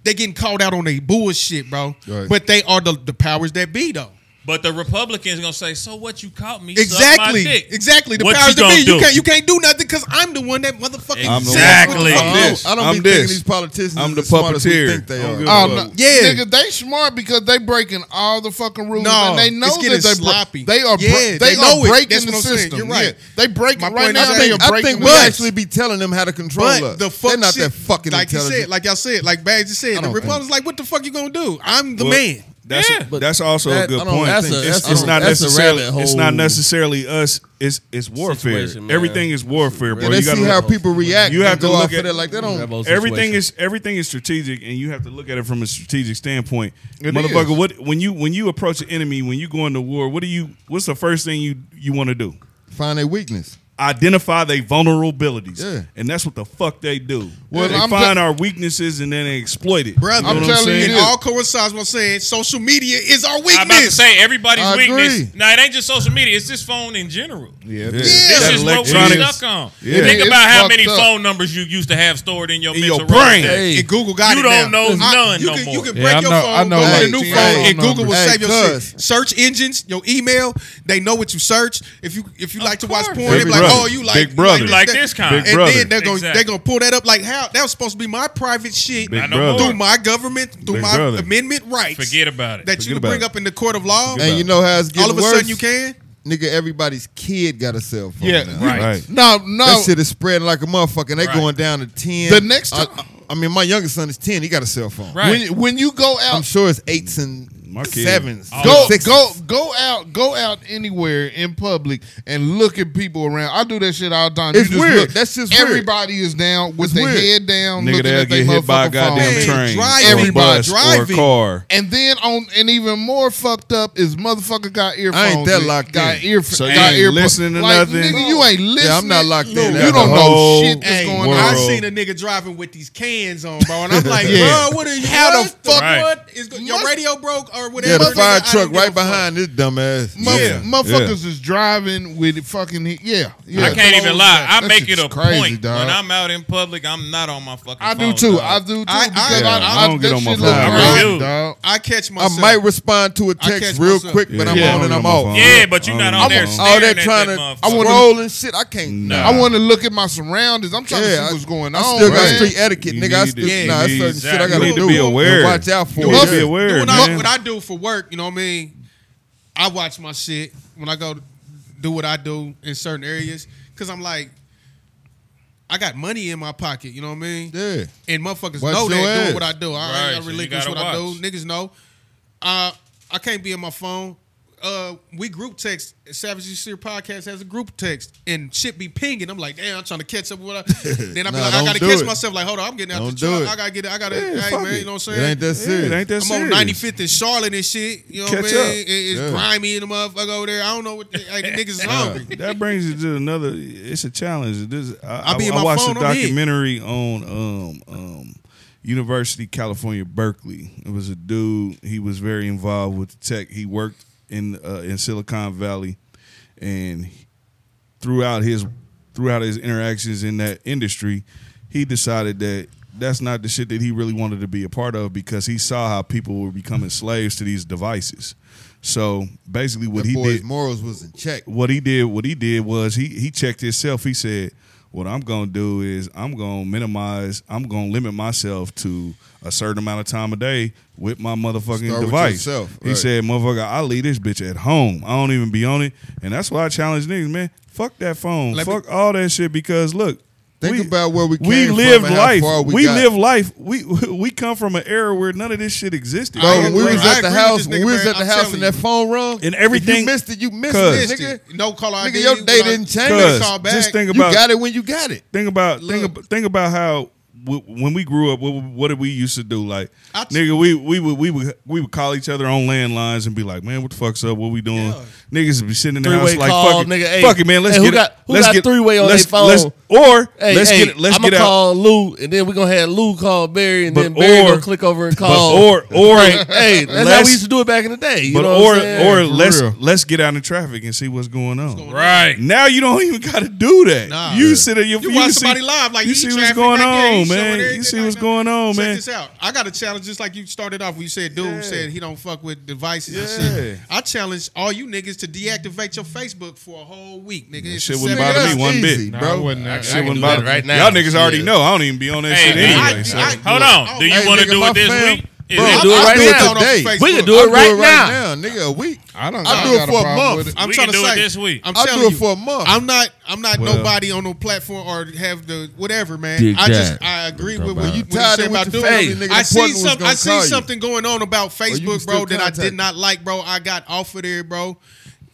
S4: they getting called out on their bullshit, bro.
S3: Right.
S4: But they are the, the powers that be though.
S1: But the Republicans gonna say, "So what? You caught me suck
S4: Exactly.
S1: my dick.
S4: Exactly. The
S1: What
S4: powers
S1: you
S4: that be.
S1: gonna
S4: You
S1: do?
S4: can't. You can't do nothing because I'm the one that motherfucking.
S1: I'm the
S2: Exactly.
S1: Exactly.
S3: I don't,
S2: this.
S3: I don't
S5: I'm
S3: be thinking
S5: this.
S3: these politicians
S5: I'm
S3: is
S5: the
S3: as smart as we
S5: puppeteer.
S3: think they
S5: I'm
S3: are.
S5: good.
S2: Oh
S5: Well,
S2: no,
S4: yeah.
S2: nigga, they smart because they breaking all the fucking rules.
S4: No,
S2: and they know
S4: it's getting
S2: that they bro-
S4: sloppy.
S2: They are, br-
S4: Yeah,
S2: they
S4: they
S2: are
S4: know it.
S2: breaking
S4: That's
S2: the
S4: what I'm saying.
S2: system.
S4: You're right.
S2: Yeah, they breaking
S4: My
S2: right
S4: point
S2: now.
S4: is
S2: They
S4: that-
S2: are
S3: I
S2: breaking
S3: think
S2: the
S3: we
S2: system.
S3: actually be telling them how to control
S4: But
S3: us.
S4: the fuck
S3: They're not
S4: shit,
S3: that fucking
S4: like
S3: intelligent.
S4: you said, like y'all said, like Bad just said, the
S3: don't
S4: Republicans like, what the fuck you gonna do? I'm the man.
S5: That's
S1: Yeah.
S5: but that's also
S6: that-
S5: a good
S6: I don't-
S5: point.
S6: that's a-
S5: it's,
S6: that's a-
S5: it's not
S6: that's a
S5: necessarily
S6: rabbit
S5: it's
S6: hole
S5: not necessarily us. It's it's warfare.
S6: situation, man.
S5: Everything is warfare, bro.
S3: and they
S5: You
S3: see
S5: gotta
S3: how
S5: look,
S3: people react.
S5: You have
S3: and
S5: to
S3: go
S5: look
S3: out for
S5: at-
S3: that. Like they don't.
S6: Rebel
S5: everything
S6: situation.
S5: is everything is strategic, and you have to look at it from a strategic standpoint.
S2: It
S5: Motherfucker,
S2: is.
S5: what when you when you approach an enemy, when you go into war, what do you? What's the first thing you you want to do?
S3: Find their weakness.
S5: Identify their vulnerabilities,
S3: Yeah.
S5: and that's what the fuck they do.
S2: Well,
S5: they
S2: I'm
S5: find
S2: te-
S5: our weaknesses and then they exploit it.
S4: Brother,
S5: You know
S2: I'm
S5: what
S2: telling you
S5: saying?
S4: It
S2: Yeah.
S4: all coincides with saying social media is our
S1: I'm about to
S4: weakness.
S1: say everybody's
S3: I
S1: weakness.
S3: agree.
S1: Now it ain't just social media; it's this phone in general.
S2: Yeah,
S4: Yeah.
S1: This
S5: That
S1: is what we're
S5: electronic-
S1: stuck on.
S2: Yeah.
S1: Think
S2: It's
S1: about how
S2: fucked
S1: many
S2: up.
S1: phone numbers you used to have stored in your
S5: In your
S1: mental real
S5: brain.
S1: estate.
S6: Hey.
S4: And Google got
S1: You
S4: it
S1: don't
S4: now.
S1: know none
S4: you
S1: no
S4: can, You
S1: more.
S4: can
S2: Yeah,
S4: break
S2: I
S4: your
S2: know-
S4: phone,
S2: I know
S4: go
S3: like
S4: get a new
S3: ten
S4: phone, and
S2: phone
S4: Google will
S3: numbers.
S4: save your
S3: Hey,
S4: shit. Search engines, your email, they know what you search. If you if you like to watch
S1: course.
S4: porn, they
S5: Big
S4: be like,
S5: brother.
S4: oh, you like
S5: Big
S4: you
S5: brother.
S1: Like
S4: that.
S1: this kind.
S5: Big
S4: and
S5: brother.
S4: then they're gonna
S1: Exactly.
S4: they're gonna pull that up like how that was supposed to be my private shit
S5: Big
S1: I know
S5: brother.
S1: more.
S4: through my government through
S5: Big
S4: my
S5: brother.
S4: amendment rights.
S1: Forget about it.
S4: that you
S5: Forget
S4: can bring
S5: about it.
S4: up in the court of law.
S5: about
S3: And you know how it's getting
S4: All of a
S3: worse.
S4: sudden you can.
S3: Nigga, everybody's kid got a cell phone.
S2: Yeah.
S3: now.
S1: Right.
S5: Right.
S2: No, no.
S3: That shit is spreading like a motherfucker. And they
S1: Right.
S3: going down to ten.
S2: The next
S3: I-
S2: time-
S3: I, I mean, my youngest son is ten. He got a cell phone.
S1: Right.
S2: When when you go out,
S3: I'm sure it's eights and
S5: My kid.
S3: sevens.
S2: go
S3: sixes.
S2: go go out go out anywhere in public and look at people around. I do that shit all the time.
S3: It's weird. That's just weird.
S2: everybody is down with
S3: It's
S2: their
S3: weird.
S2: head
S5: Nigga,
S2: down, looking
S5: they'll
S2: at
S5: get
S2: their
S5: hit by a
S2: motherfucking
S5: goddamn
S2: phone.
S4: Man,
S5: train,
S4: driving.
S5: or a
S4: Everybody
S5: bus, or a
S4: driving.
S5: car.
S2: And then on, and even more fucked up is motherfucker got earphones.
S3: that
S2: nigga.
S3: locked
S2: got
S3: in.
S2: Ear,
S5: So you
S2: got
S5: ain't
S2: earplugs.
S5: listening to
S2: like,
S5: nothing?
S2: Nigga, you ain't listening.
S3: Yeah, I'm not locked
S2: No,
S3: in.
S2: You,
S3: That's
S2: don't
S5: the
S2: know
S5: whole
S2: shit that's
S4: Hey,
S2: going
S5: world.
S4: I
S2: on.
S4: seen a nigga driving with these cans on, bro, and I'm like,
S2: Yeah.
S4: bro, what are you?
S2: How the
S4: what
S2: fuck-
S4: Right. What is go- your
S2: Must-
S4: radio broke or
S3: Yeah,
S4: whatever?
S3: the fire
S4: nigga,
S3: truck
S4: I don't give
S3: right
S4: a fuck.
S3: behind this dumbass.
S2: Motherf-
S5: Yeah.
S2: Motherfuckers is driving with fucking he- yeah. yeah.
S1: I can't even lie. I
S2: That
S1: make it
S2: shit's
S1: a
S2: crazy,
S1: point
S2: dog.
S1: when I'm out in public. I'm not on my fucking.
S2: I do
S1: phone,
S2: too.
S1: dog.
S2: I do too.
S4: I- I-
S2: because
S4: Yeah,
S5: I don't get on my
S2: shit
S5: phone.
S2: look
S5: I
S2: crazy,
S1: really do.
S2: dog.
S4: I catch
S3: I
S4: myself.
S3: might respond to a
S4: I
S3: text
S4: catch
S3: real
S4: myself.
S3: quick, but I'm
S5: Yeah.
S3: on and I'm
S5: I don't
S3: off.
S5: get on my
S1: Yeah,
S5: phone.
S1: but you're
S5: I
S1: not
S5: don't
S1: on
S5: get
S1: there
S5: on my
S3: All
S1: staring
S3: that
S1: at
S3: trying
S1: that
S3: to
S1: motherfucker.
S3: scroll and shit, I can't.
S5: Nah.
S2: I want to look at my surroundings. I'm trying to
S3: Yeah,
S2: see
S3: I-
S2: what's going
S3: I
S2: on.
S3: still got
S2: man.
S3: street etiquette,
S5: You
S3: nigga. I
S5: need
S3: still,
S5: to-
S3: nah,
S5: you
S3: that's
S5: need-
S3: certain shit I
S1: exactly.
S3: gotta
S5: You need
S3: do.
S5: to be aware.
S3: And watch out for.
S5: You
S3: it.
S5: need to
S3: Yeah.
S5: be aware,
S4: doing
S5: man.
S4: all- what I do for work. You know what I mean? I watch my shit when I go do what I do in certain areas because I'm like, I got money in my pocket. You know what I mean?
S3: Yeah.
S4: And motherfuckers
S3: Watch your
S4: know that
S3: ass.
S4: doing what I do. I
S1: Right,
S4: ain't
S1: so
S4: gotta
S1: you
S4: relinquish
S1: gotta
S4: what I do.
S1: watch.
S4: Niggas know. Uh, I can't be in my phone. Uh, we group text. Savage Sincere Podcast has a group text, and shit be pinging. I'm like, damn, I'm trying to catch up with. What I, then I be
S3: Nah,
S4: like, I
S3: don't
S4: gotta
S3: do
S4: catch
S3: it.
S4: myself. Like, hold on, I'm getting out
S3: Don't
S4: the
S3: do
S4: truck.
S3: it.
S4: I gotta get. it. I gotta. hey
S5: fuck
S4: man,
S5: it.
S4: you know what I'm
S3: It
S4: saying?
S3: ain't that
S5: Yeah,
S3: serious.
S5: it ain't that
S4: I'm
S5: serious.
S4: on 95th and Charlotte and shit. You know what I
S5: Catch
S4: mean?
S5: up.
S4: It- It's
S3: Yeah.
S4: grimy in the motherfucker over there. I don't know what the, hey, the niggas is hungry.
S5: that brings you to another. It's a challenge. This I, I,
S4: I be in
S5: I
S4: my
S5: watched
S4: phone,
S5: a
S4: I'm hit.
S5: documentary on um um University California Berkeley. It was a dude. He was very involved with tech. He worked in uh, in Silicon Valley, and throughout his throughout his interactions in that industry, he decided that that's not the shit that he really wanted to be a part of because he saw how people were becoming slaves to these devices. So basically, what
S3: That
S5: he
S3: boy's
S5: did
S3: morals was in check.
S5: what he did what he did was he he checked himself he said what i'm gonna do is i'm gonna minimize i'm gonna limit myself to a certain amount of time a day with my motherfucking
S3: Start with
S5: device
S3: yourself,
S5: he
S3: right.
S5: said motherfucker i leave this bitch at home i don't even be on it and that's why i challenge niggas man fuck that phone
S4: Let me-
S5: fuck all that shit because look
S3: Think about where we came
S5: we
S3: from
S5: lived
S3: and how
S5: life.
S3: far we
S5: we
S3: got.
S5: live life. We we come from an era where none of this shit existed.
S3: Bro,
S4: I
S3: when we
S4: agree.
S3: was
S4: I
S3: at the
S4: agree with
S3: house,
S4: this
S3: when
S4: nigga,
S3: we was
S4: man.
S3: at the
S4: I'm
S3: house
S4: telling
S3: and that phone rung,
S5: And everything-
S3: If you missed it. You missed
S5: Cuz.
S3: it,
S4: Missed
S3: nigga.
S4: it. No caller ID.
S3: Nigga, your
S4: When
S3: day
S4: I-
S3: didn't change.
S4: when I
S5: Cuz,
S4: call back,
S5: just think
S3: You
S5: about
S3: got it when you got it.
S5: Think about think
S4: Look.
S5: about think about how w- when we grew up, what, what did we used to do? Like,
S4: I t-
S5: nigga, we we would we would we would call each other on landlines and be like, "Man, what the fuck's up? What we doing?" Niggas would be sitting in the
S6: Three-way
S5: house like,
S6: call,
S5: "Fuck it,
S6: nigga, hey,
S5: fuck it, man, let's
S6: hey, who
S5: get
S6: got-
S5: it,
S6: who
S5: let's
S6: got
S5: get
S6: three-way on
S5: let's,
S6: they phone?
S5: let's- or
S6: Hey,
S5: let's
S6: hey,
S5: get let's
S6: I'm
S5: get
S6: gonna
S5: out."
S6: call Lou, and then we're gonna have Lou call Barry, and
S5: But
S6: then Barry
S5: or-
S6: gonna click over and
S5: but
S6: call.
S5: or- or-
S6: Frank. hey, that's how
S5: let's-
S6: we used to do it back in the day. You
S5: but
S6: know
S5: or
S6: what I'm saying?
S5: or
S2: For
S5: let's
S2: real.
S5: let's get out in traffic and see what's going on.
S1: Right.
S5: Now you don't even got to do that.
S4: Nah.
S5: you
S4: Yeah.
S5: sit there. You,
S4: You watch
S5: can
S4: somebody
S5: see,
S4: live, like,
S5: you
S4: he
S5: see what's
S4: traffic
S5: going
S4: right there, he
S5: on,
S4: show and
S5: man. You
S4: everything
S5: see
S4: like
S5: what's
S4: that.
S5: going on,
S4: Check
S5: man.
S4: this out. I got a challenge just like you started off. when You said dude said he don't fuck with devices and
S5: Yeah.
S4: shit. I challenge all you niggas to deactivate your Facebook for a whole week, nigga. It's
S5: shit
S4: a
S5: wouldn't
S4: seven-
S5: bother me
S3: That's
S5: one
S3: easy,
S5: bit.
S2: No, I
S3: bro.
S2: wouldn't. I, I
S5: Shit
S2: can
S5: wouldn't
S2: do that
S5: bother
S6: right
S5: me.
S6: now.
S5: Y'all niggas already
S6: Yeah.
S5: know. I don't even be on that
S1: Hey,
S5: shit
S1: man.
S5: anyway. so.
S4: I- oh,
S1: Hold on. Do you
S3: Hey,
S1: want to
S3: nigga,
S1: do
S3: my
S1: it this
S3: fam-
S1: week? Is
S3: Bro,
S1: it-
S6: I'll do it
S3: I
S6: right
S3: do
S6: now.
S3: today.
S4: Facebook.
S6: We can do it
S3: I do
S6: right
S3: it
S6: now.
S3: right now, nigga. A week.
S2: I don't.
S3: I'll
S2: I
S3: do it
S2: got
S3: for a
S2: a problem
S3: month.
S2: with it.
S4: I'm
S1: We
S4: trying
S1: can
S4: to
S1: do it
S4: say
S1: this week.
S4: I'm
S3: I'll
S4: telling
S3: do it
S4: you,
S3: for a month.
S4: I'm not. I'm not
S5: Well-
S4: nobody on no platform or have the whatever, man.
S6: Dig
S4: I just
S6: that.
S4: I agree
S6: Talk
S4: with what
S6: about
S4: you,
S6: it.
S4: what you
S3: Tied
S4: said
S3: in with
S4: about
S3: your
S4: doing.
S3: family, nigga.
S4: I
S3: The
S4: see
S3: portal was
S4: something.
S3: gonna
S4: I see
S3: call you.
S4: something going on about
S3: you can
S4: Facebook,
S3: still
S4: bro, that I
S3: contact
S4: did
S3: them.
S4: not like, bro. I got off of there, bro.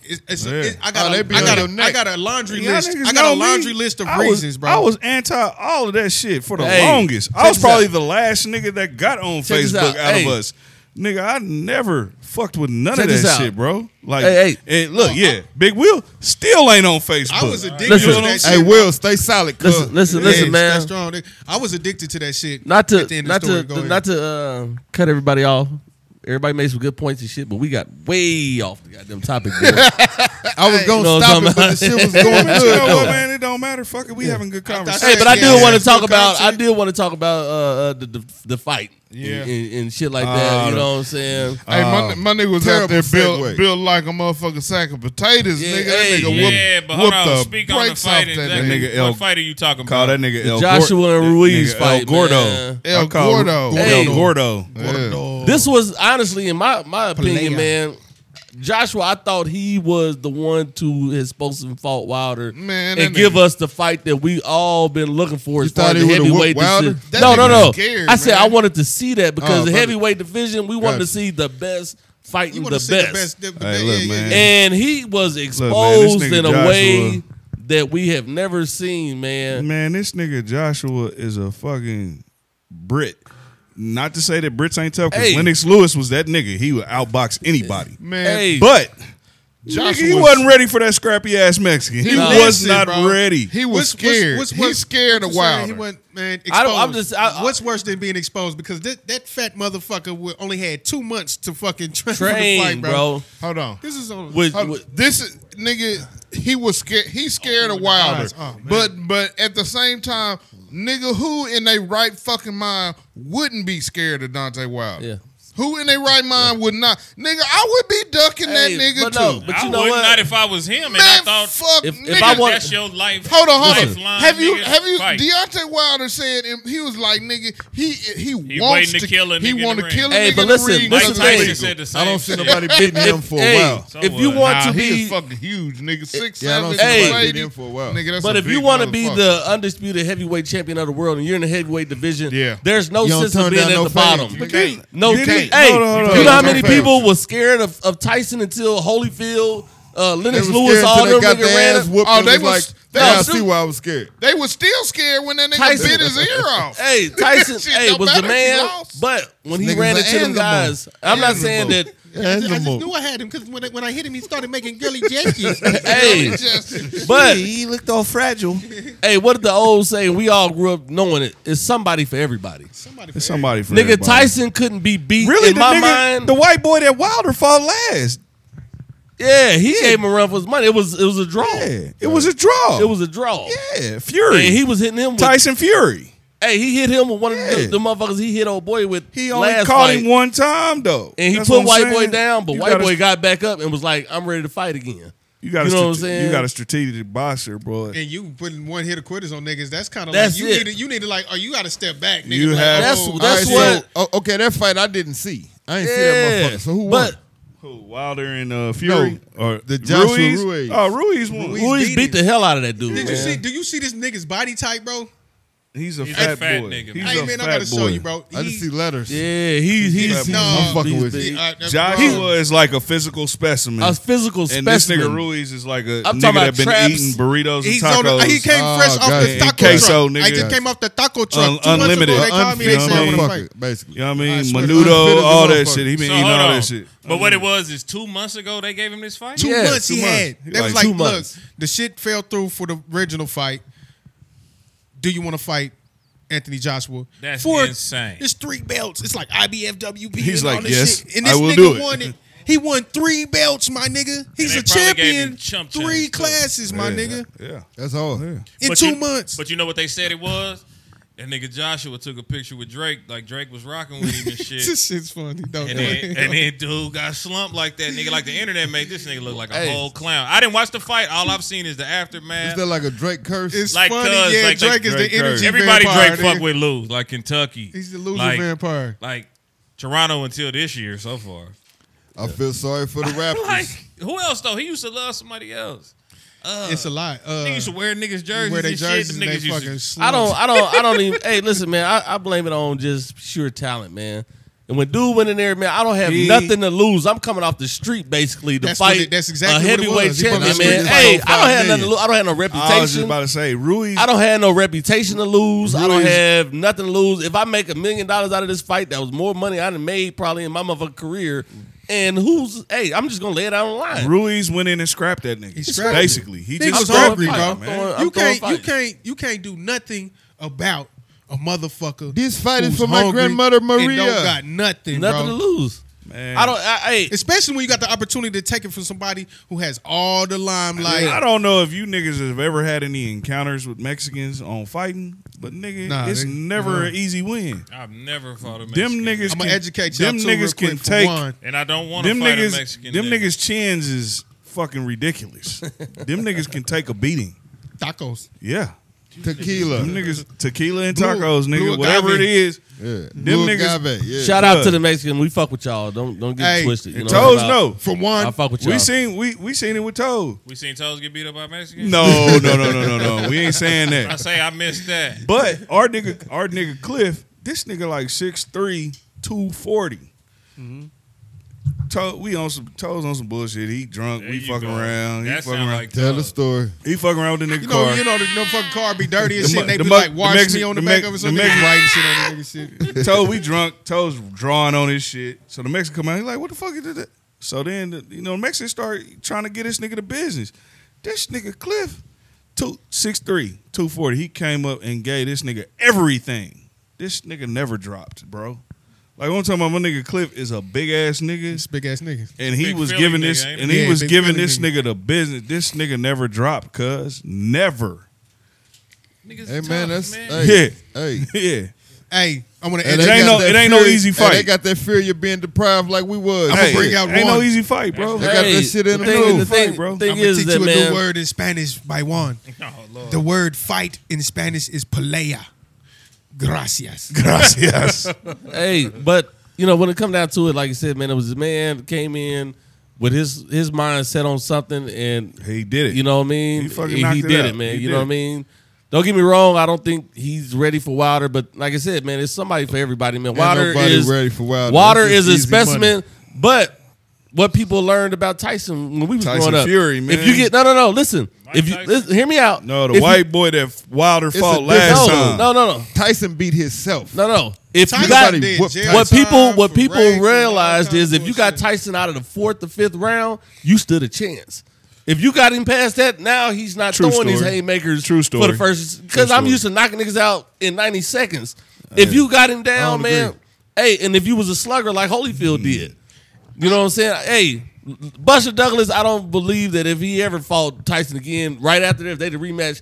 S4: It's, it's a,
S5: Yeah.
S4: it- I
S3: Oh,
S4: got.
S3: they
S4: a,
S3: be
S4: I
S3: on
S4: got.
S3: your
S4: A, I
S3: neck.
S4: got a laundry
S5: Y'all
S4: list.
S5: niggas
S4: I got
S5: know
S4: a
S5: me.
S4: laundry list of
S5: I was-
S4: reasons, bro.
S5: I was anti all of that shit for the
S6: Hey,
S5: longest. I
S6: check
S5: was
S6: this
S5: probably
S6: out.
S5: the last nigga that got on
S6: Check this
S5: Facebook out,
S6: out.
S5: of
S6: Hey.
S5: us. Nigga, I never fucked with none
S6: Check
S5: of
S6: this
S5: that
S6: out.
S5: shit, bro. Like,
S6: Hey,
S5: and look, yeah, Big Will still ain't on Facebook.
S4: I was addicted
S6: Listen.
S4: to that shit.
S3: Hey, Will, stay solid. cuz.
S6: Listen, listen,
S4: Yeah,
S6: listen,
S4: that's
S6: man.
S4: strong, nigga. I was addicted to that shit.
S6: Not
S4: at the
S6: to
S4: end
S6: not
S4: of the story.
S6: to
S4: Go ahead.
S6: not to uh, cut everybody off. Everybody made some good points and shit, but we got way off the goddamn topic. there.
S3: I was gonna
S6: know what
S3: stop
S6: I'm
S3: it, but the shit was going
S5: But you know
S3: good.
S5: what,
S3: though.
S5: man? It don't matter. Fuck it. We having good conversation.
S6: hey, but I do
S4: Yeah,
S6: want
S4: yeah.
S6: to talk
S4: Good
S6: about I
S4: content.
S6: do want to talk about uh, uh, the, the the fight,
S2: Yeah.
S6: and, and, and shit like that.
S5: Uh,
S6: you know what I'm saying?
S2: Hey, my, my nigga was
S3: terrible
S2: out there built,
S3: segue.
S2: built like a motherfucking sack of potatoes,
S6: Yeah,
S2: nigga. That
S6: hey,
S2: nigga whooped,
S1: Yeah, but hold
S2: whooped
S1: on.
S2: the
S1: Speak on the
S2: brakes
S1: fight.
S2: off that
S1: Exactly.
S5: nigga.
S2: nigga.
S5: El-
S1: What fight are you talking
S5: Call
S1: about?
S5: that nigga El
S6: Joshua
S5: Gordo.
S6: and
S5: That
S6: Ruiz
S5: nigga El
S6: fight,
S5: Gordo.
S6: man.
S2: El
S5: I call
S2: Gordo.
S6: Hey.
S5: El Gordo.
S2: Yeah.
S6: This was honestly, in my my opinion, man. Joshua, I thought he was the one to his supposed to fought Wilder
S2: Man, that
S6: and give
S2: nigga-
S6: us the fight that we all been looking for as
S3: thought
S6: far as
S3: he
S6: the
S3: would've
S6: heavyweight.
S3: whooped Wilder?
S6: division.
S2: That
S6: No,
S2: nigga
S6: no, no.
S2: scared,
S6: I said
S2: man.
S6: I wanted to see that because
S3: Oh,
S6: the
S3: brother.
S6: heavyweight division, we
S3: Gotcha.
S6: wanted to see the best
S4: you
S6: fighting the
S4: want to
S6: best.
S4: see the best. The, the,
S5: Hey,
S4: yeah,
S5: look,
S4: yeah,
S5: man.
S4: yeah.
S6: And he was
S5: man,
S6: exposed
S5: this nigga
S6: in a
S5: Joshua-
S6: way that we have never seen, man.
S5: Man, this nigga Joshua is a fucking Brit. Not to say that Brits ain't tough, because
S6: Hey.
S5: Lennox Lewis was that nigga. He would outbox anybody.
S2: Man,
S6: Hey,
S5: But
S2: Joshua
S5: nigga, he
S2: was-
S5: wasn't ready for that scrappy ass Mexican. He
S6: Nah.
S5: was
S4: Listen,
S5: not
S4: bro.
S5: ready.
S2: he was
S4: What's- what's-
S2: scared.
S4: what's
S2: He
S4: worse-
S2: scared of
S4: what's worse, He
S2: Wilder.
S4: went, man,
S6: I don't- I'm
S4: exposed.
S6: just- I- I-
S4: what's worse than being exposed? Because that, that fat motherfucker wa- only had two months to fucking train, for the
S6: train,
S4: fight, bro.
S6: bro.
S2: Hold on.
S4: This is on.
S6: With,
S2: Hold on.
S6: with-
S2: This is nigga. He was scared. He's scared of
S4: with the eyes.
S2: Wilder,
S4: Oh, man.
S2: but but at the same time, nigga, who in their right fucking mind wouldn't be scared of Dante Wilder?
S6: Yeah.
S2: Who in their right mind would not? Nigga, I would be ducking
S6: Hey,
S2: that nigga
S6: but
S2: too.
S6: no, but
S1: I
S6: you know
S1: would
S6: what?
S1: not if I was him. And I
S2: Man,
S1: thought,
S2: fuck,
S6: If-
S2: nigga.
S6: if I want-
S1: that's your life.
S2: Hold on, hold
S6: Listen.
S2: on.
S1: lifeline,
S2: Have you
S1: nigga,
S2: have you?
S1: fight.
S2: Deontay Wilder said him- he was like nigga. He he,
S1: He
S2: wants
S1: waiting to kill a nigga
S2: He
S1: in the
S2: want to
S1: ring.
S2: kill a
S6: Hey,
S2: nigga
S6: but
S2: in
S6: listen,
S2: the ring.
S6: listen
S1: Mike
S2: It's
S6: to
S2: like,
S1: Tyson
S6: me.
S1: said the same
S3: I don't see
S1: shit.
S3: nobody beating him for a
S6: hey,
S3: while.
S6: if you
S1: Someone.
S6: want
S2: Nah,
S6: to
S2: he
S6: be
S2: is fucking huge, nigga. Six,
S3: Yeah, I don't
S2: seven,
S3: see
S6: Hey.
S3: nobody
S2: two eighty.
S3: beating him for a while.
S2: Nigga, that's
S6: But
S2: a
S6: if you
S2: big
S6: want to be
S2: motherfucker.
S6: the undisputed heavyweight champion of the world and you're in the heavyweight division,
S2: Yeah.
S6: there's no
S3: You don't
S6: sense of
S3: turn
S6: being
S3: down
S6: at
S3: no
S6: the
S3: favors.
S6: bottom.
S3: You
S2: can't.
S6: No,
S2: You
S6: hey,
S2: can't.
S5: Hold on, hold on.
S6: you know how
S3: You
S6: many
S3: can't.
S6: people were scared of, of Tyson until Holyfield, uh,
S3: They
S6: Lennox
S3: was
S6: Lewis,
S3: scared
S6: all
S3: till
S6: them
S3: they got
S6: niggas
S3: their
S6: ran.
S3: ass whooped.
S2: Oh,
S3: and
S2: they
S3: was
S2: was-
S3: like,
S2: they
S3: now I
S2: was-
S3: see why I was scared.
S2: They was still scared when that nigga
S6: Tyson-
S2: bit his ear off.
S6: Hey, Tyson,
S2: Shit
S6: hey,
S2: don't
S6: was the
S2: matter if he
S6: man.
S2: lost.
S6: But when he
S3: Niggas
S6: ran
S3: an
S6: into them
S3: animal.
S6: guys, I'm not saying that.
S4: I, just, I just
S3: Animal.
S4: knew I had him because when, I- when I hit him, he started making girly jankies.
S6: Hey,
S2: Just-
S6: but
S3: he looked all fragile.
S6: hey, what did the old saying? We all grew up knowing it. It's somebody for everybody.
S4: Somebody
S5: It's somebody for
S6: Nigga,
S5: everybody.
S6: Tyson couldn't be beat.
S5: Really,
S6: in
S5: the
S6: my
S5: nigga,
S6: mind,
S5: the white boy that Wilder fought last.
S6: yeah, he gave him a run for his money. It was it was a draw.
S5: Yeah, it was a draw.
S6: It was a draw.
S5: yeah, Fury.
S6: And he was hitting him with
S5: Tyson Fury.
S6: Hey, he hit him with one of the,
S5: Yeah.
S6: the motherfuckers he hit old boy with.
S5: He only
S6: last
S5: caught
S6: fight.
S5: him one time though,
S6: And he
S5: That's what
S6: put
S5: I'm
S6: White
S5: saying.
S6: Boy down, but
S5: You
S6: White
S5: gotta
S6: Boy
S5: st-
S6: got back up and was like, I'm ready to fight again.
S5: You got,
S6: you
S5: a
S6: know what I'm
S5: strate-
S6: saying?
S5: You got a strategic boxer, bro.
S4: And you putting one hit of quitters on niggas, that's kind of like
S6: That's
S4: you
S6: it.
S4: need to, you need to like, oh, you got to step back, nigga.
S5: You
S4: like,
S5: have-
S6: That's-
S4: oh,
S6: that's
S4: all
S3: All
S6: what-
S3: right, so- oh, okay, that fight I didn't see. I ain't see that
S6: Yeah.
S3: motherfucker. So who won?
S6: but
S5: Who, Wilder and uh, Fury? or
S3: the Joshua
S5: Ruiz?
S3: Ruiz.
S5: Oh, Ruiz won.
S4: Ruiz.
S6: Ruiz
S4: beat
S6: beat the hell out of that dude.
S4: Did you
S6: man.
S4: see? Do you see this nigga's body type, bro?
S5: He's a
S1: He's a
S5: fat,
S1: fat
S5: boy.
S1: nigga,
S5: He's
S1: man.
S4: hey
S5: a
S4: man, I
S5: fat
S4: gotta
S5: boy.
S4: show you, bro.
S3: I just see letters.
S6: Yeah, he's he's, he's
S5: no,
S3: I'm fucking
S6: he's
S3: with you.
S6: big.
S4: Uh, that's
S5: Joshua
S4: wrong.
S5: is like a physical specimen.
S6: A physical
S5: and
S6: specimen.
S5: this nigga Ruiz is like a
S6: I'm talking
S5: nigga
S6: about
S5: that been
S6: traps.
S5: eating burritos
S4: He's
S5: and
S4: on
S5: tacos. Ah,
S4: the, he came
S3: Oh,
S4: fresh off
S3: God.
S4: the taco
S5: In queso,
S4: truck.
S5: nigga.
S4: I just came off the taco truck.
S5: Un-
S4: Two months
S5: unlimited.
S4: Ago, they called me. They
S3: Unfit
S4: said I want to fight.
S3: motherfucker, basically.
S5: You know what I mean?
S4: I swear to
S5: Menudo,
S3: God.
S5: all that
S3: Motherfucker.
S5: shit. He been
S1: So
S5: eating
S1: hold
S5: all
S1: on.
S5: that shit.
S1: But what it was is two months ago they gave him this fight.
S4: Two
S6: Yeah,
S4: months
S5: two
S4: he
S5: months.
S4: had.
S5: He
S4: They
S5: like,
S4: was like,
S6: two
S4: look,
S6: months.
S4: the shit fell through for the original fight. Do you want to fight Anthony Joshua?
S1: That's
S4: for,
S1: insane.
S4: It's three belts. It's like IBFWB.
S5: He's
S4: and
S5: like,
S4: all this
S5: "Yes,
S4: shit. and
S5: I
S4: this
S5: will
S4: nigga
S5: do it."
S4: Won it. He won three belts, my nigga. He's
S1: they
S4: a
S1: probably gave
S4: champion.
S1: him chump change,
S4: Three
S1: too.
S4: classes, my nigga.
S5: Yeah.
S3: That's all.
S4: In
S1: But
S4: two
S1: you-
S4: months.
S1: But you know what they said it was? That nigga Joshua took a picture with Drake, like Drake was rocking with him and shit.
S4: This shit's funny. Don't
S1: And
S4: do
S1: then,
S4: it.
S1: and then dude got slumped like that, nigga. Like the internet made this nigga look like a
S6: Hey.
S1: whole clown. I didn't watch the fight. All I've seen is the aftermath.
S3: Is that like a Drake curse?
S4: It's
S1: like
S4: funny.
S1: cuz,
S4: yeah,
S1: like,
S4: Drake
S1: like
S4: is
S3: Drake
S4: the energy
S1: Everybody
S4: vampire,
S1: Drake fuck
S4: nigga.
S1: with lose, like Kentucky.
S4: He's the loser
S1: like,
S4: vampire.
S1: Like Toronto until this year so far.
S3: I feel sorry for the Raptors.
S1: Like who else though? He used to love somebody else.
S4: It's a lot. Uh,
S1: He used to wear niggas jerseys
S4: where they
S1: and
S4: jerseys
S1: shit.
S4: and
S1: The
S4: they
S1: niggas used to-
S4: fucking slump.
S6: I don't, I don't, I don't even. hey, listen, man, I, I blame it on just pure talent, man. And when dude went in there, man, I don't have
S4: Big.
S6: nothing to lose. I'm coming off the street basically to
S4: That's what
S6: fight.
S4: it- that's
S6: a
S4: exactly what it
S6: heavyweight
S4: was. He
S6: champion,
S4: fucking
S6: man.
S4: switched
S6: Hey,
S4: his
S6: I don't have nothing to
S3: million.
S6: lose. I don't have no
S5: I was just
S6: reputation.
S5: about to say, Rui.
S6: I don't have no reputation to lose. I don't
S5: Ruiz-
S6: have nothing to lose. If I make a million dollars out of this fight, that was more money I done made probably in my motherfucking career. And who's hey, I'm just gonna lay it out on the line.
S5: Ruiz went in and scrapped that nigga.
S4: scrapped him.
S5: Basically, he
S4: Nigga
S5: just
S4: was
S5: scrapped
S4: hungry,
S5: him,
S4: bro.
S5: man.
S6: Throwing-
S4: you
S6: I'm throwing
S4: can't, you
S6: fights.
S4: can't, you can't do nothing about a motherfucker.
S3: This fight is
S4: who's
S3: for my
S4: hungry
S3: grandmother,
S4: And
S3: Maria.
S4: don't got nothing,
S6: nothing
S4: bro.
S6: to lose.
S5: Man.
S6: I don't I, hey
S4: Especially when you got the opportunity to take it from somebody who has all the limelight.
S5: I don't know if you niggas have ever had any encounters with Mexicans on fighting, but nigga,
S4: Nah,
S5: it's
S4: they-
S5: never an easy win.
S1: I've never fought a
S5: Them
S1: Mexican.
S5: niggas,
S4: I'm
S5: can,
S4: gonna educate y'all
S5: them
S4: too, real
S5: niggas
S4: quick
S5: can
S4: for
S5: take
S4: one.
S1: and I don't want to
S5: them
S1: fight
S5: niggas.
S1: a Mexican.
S5: them
S1: nigga.
S5: niggas' chins is fucking ridiculous. them niggas can take a beating.
S4: tacos.
S5: Yeah,
S3: Tequila.
S5: them niggas tequila and
S4: Blue-
S5: tacos, nigga,
S4: blue
S5: whatever
S4: agave.
S5: it is.
S3: Yeah. Them
S5: niggas-
S3: Agave. Yeah.
S6: shout out to
S5: Yeah.
S6: the Mexican. We fuck with y'all. Don't don't get
S4: Hey,
S6: it twisted. You know,
S5: Toes
S6: about-
S5: no.
S3: For one,
S6: I fuck with y'all.
S5: We seen we we seen it with Toad.
S1: We seen Toes get beat up by Mexicans.
S5: No, no, no, no, no, no. We ain't saying
S1: I
S5: that.
S1: say I missed that.
S5: But our nigga, our nigga Cliff, this nigga like 6'3", 240. Toe, we on some toes on some bullshit. He drunk.
S1: There
S5: we
S1: you
S5: fucking
S1: go.
S5: around. He
S1: That
S5: fucking
S1: sound
S5: around.
S1: like
S3: tell the
S1: Toes.
S3: story.
S5: he fucking around with the nigga
S4: You know,
S5: car.
S4: you know, the no fucking car be dirty and shit. and
S5: mu-
S4: they
S5: the
S4: be
S5: mu-
S4: like,
S5: the
S4: "Wash
S5: Mexi-
S4: me on the,
S5: the
S4: back
S5: Mex-
S4: of it."
S5: the
S4: Some
S5: Mex-
S4: nigga writing shit on the nigga shit.
S5: Toe, we drunk. Toes drawing on his shit. So the Mexican come out. He like, what the fuck you did that? So then, the, you know, the Mexican start trying to get this nigga the business. This nigga Cliff, two, 6'3", 240, he came up and gave this nigga everything. This nigga never dropped, bro. Like one time, my nigga Cliff is a big ass nigga,
S4: This big ass nigga.
S5: and he
S1: Big
S5: was
S1: Philly
S5: giving
S1: nigga,
S5: this,
S1: ain't
S5: and
S4: he?
S5: he
S4: Yeah,
S5: was
S4: big
S5: giving
S4: Philly
S5: this
S4: nigga.
S5: nigga the business. This nigga never dropped, cuz never.
S1: Niggas
S3: Hey
S1: tough,
S3: man, that's
S1: man.
S3: hey,
S5: Yeah.
S3: hey.
S5: yeah,
S4: Hey, I want to
S3: And
S5: It
S3: they
S5: ain't
S3: got
S5: no-
S3: that
S5: it ain't no easy
S3: and they
S5: fight.
S3: got that fear you're being deprived like we was.
S4: I'ma
S5: Hey,
S4: bring out
S5: ain't no
S4: one.
S5: easy fight, bro.
S3: They got that shit in
S6: the
S3: the
S6: thing,
S3: blue.
S6: the thing,
S5: Fight, bro.
S6: thing
S4: I'm gonna
S6: is
S4: teach
S6: that
S4: you a
S6: man,
S4: new word in Spanish by Juan.
S1: Oh, Lord.
S4: The word fight in Spanish is pelea. Gracias.
S5: Gracias.
S6: hey, but you know when it come down to it, like you said, man, it was a man that came in with his his mind set on something, and
S5: He did it.
S6: You know what I mean?
S5: He fucking
S6: he,
S5: knocked it
S6: did it,
S5: out.
S6: man.
S5: He
S6: you
S5: did
S6: know what I
S5: it.
S6: mean? Don't get me wrong. I don't think he's ready for Wilder, but like I said, man, it's somebody for everybody, man. Wilder
S3: nobody
S6: is
S3: ready for Wilder.
S6: Wilder
S3: That's
S6: is
S3: just
S6: a
S3: easy money.
S6: specimen, but what people learned about Tyson when we was
S5: Tyson
S6: growing up,
S5: Fury, man.
S6: if you get no, no, no, listen,
S1: Mike
S6: if you
S1: Tyson.
S6: listen, hear me out,
S5: No, the
S6: If you-
S5: white boy that Wilder
S3: a
S5: fought
S3: different-
S5: last
S6: no,
S5: time.
S6: no, no, no,
S3: Tyson beat himself.
S6: no, no. If you
S4: Tyson
S6: got
S3: did
S4: did
S3: what-
S4: jail
S6: what
S4: time
S6: people what
S4: for
S6: people
S4: rape and all
S6: realized
S4: kinds
S6: is
S4: of
S6: if you got
S4: bullshit.
S6: Tyson out of the fourth to fifth round, you stood a chance. If you got him past that, now he's not
S5: True
S6: throwing his
S5: story.
S6: haymakers
S5: True
S6: for
S5: story.
S6: the first because
S5: True
S6: I'm
S5: story.
S6: used to knocking niggas out in 90 seconds. If you got him down, man, hey, and if you was a slugger like
S5: Mm.
S6: Holyfield did, you know what I'm saying? Hey, Buster Douglas, I don't believe that if he ever fought Tyson again, right after that, if they'd have rematched,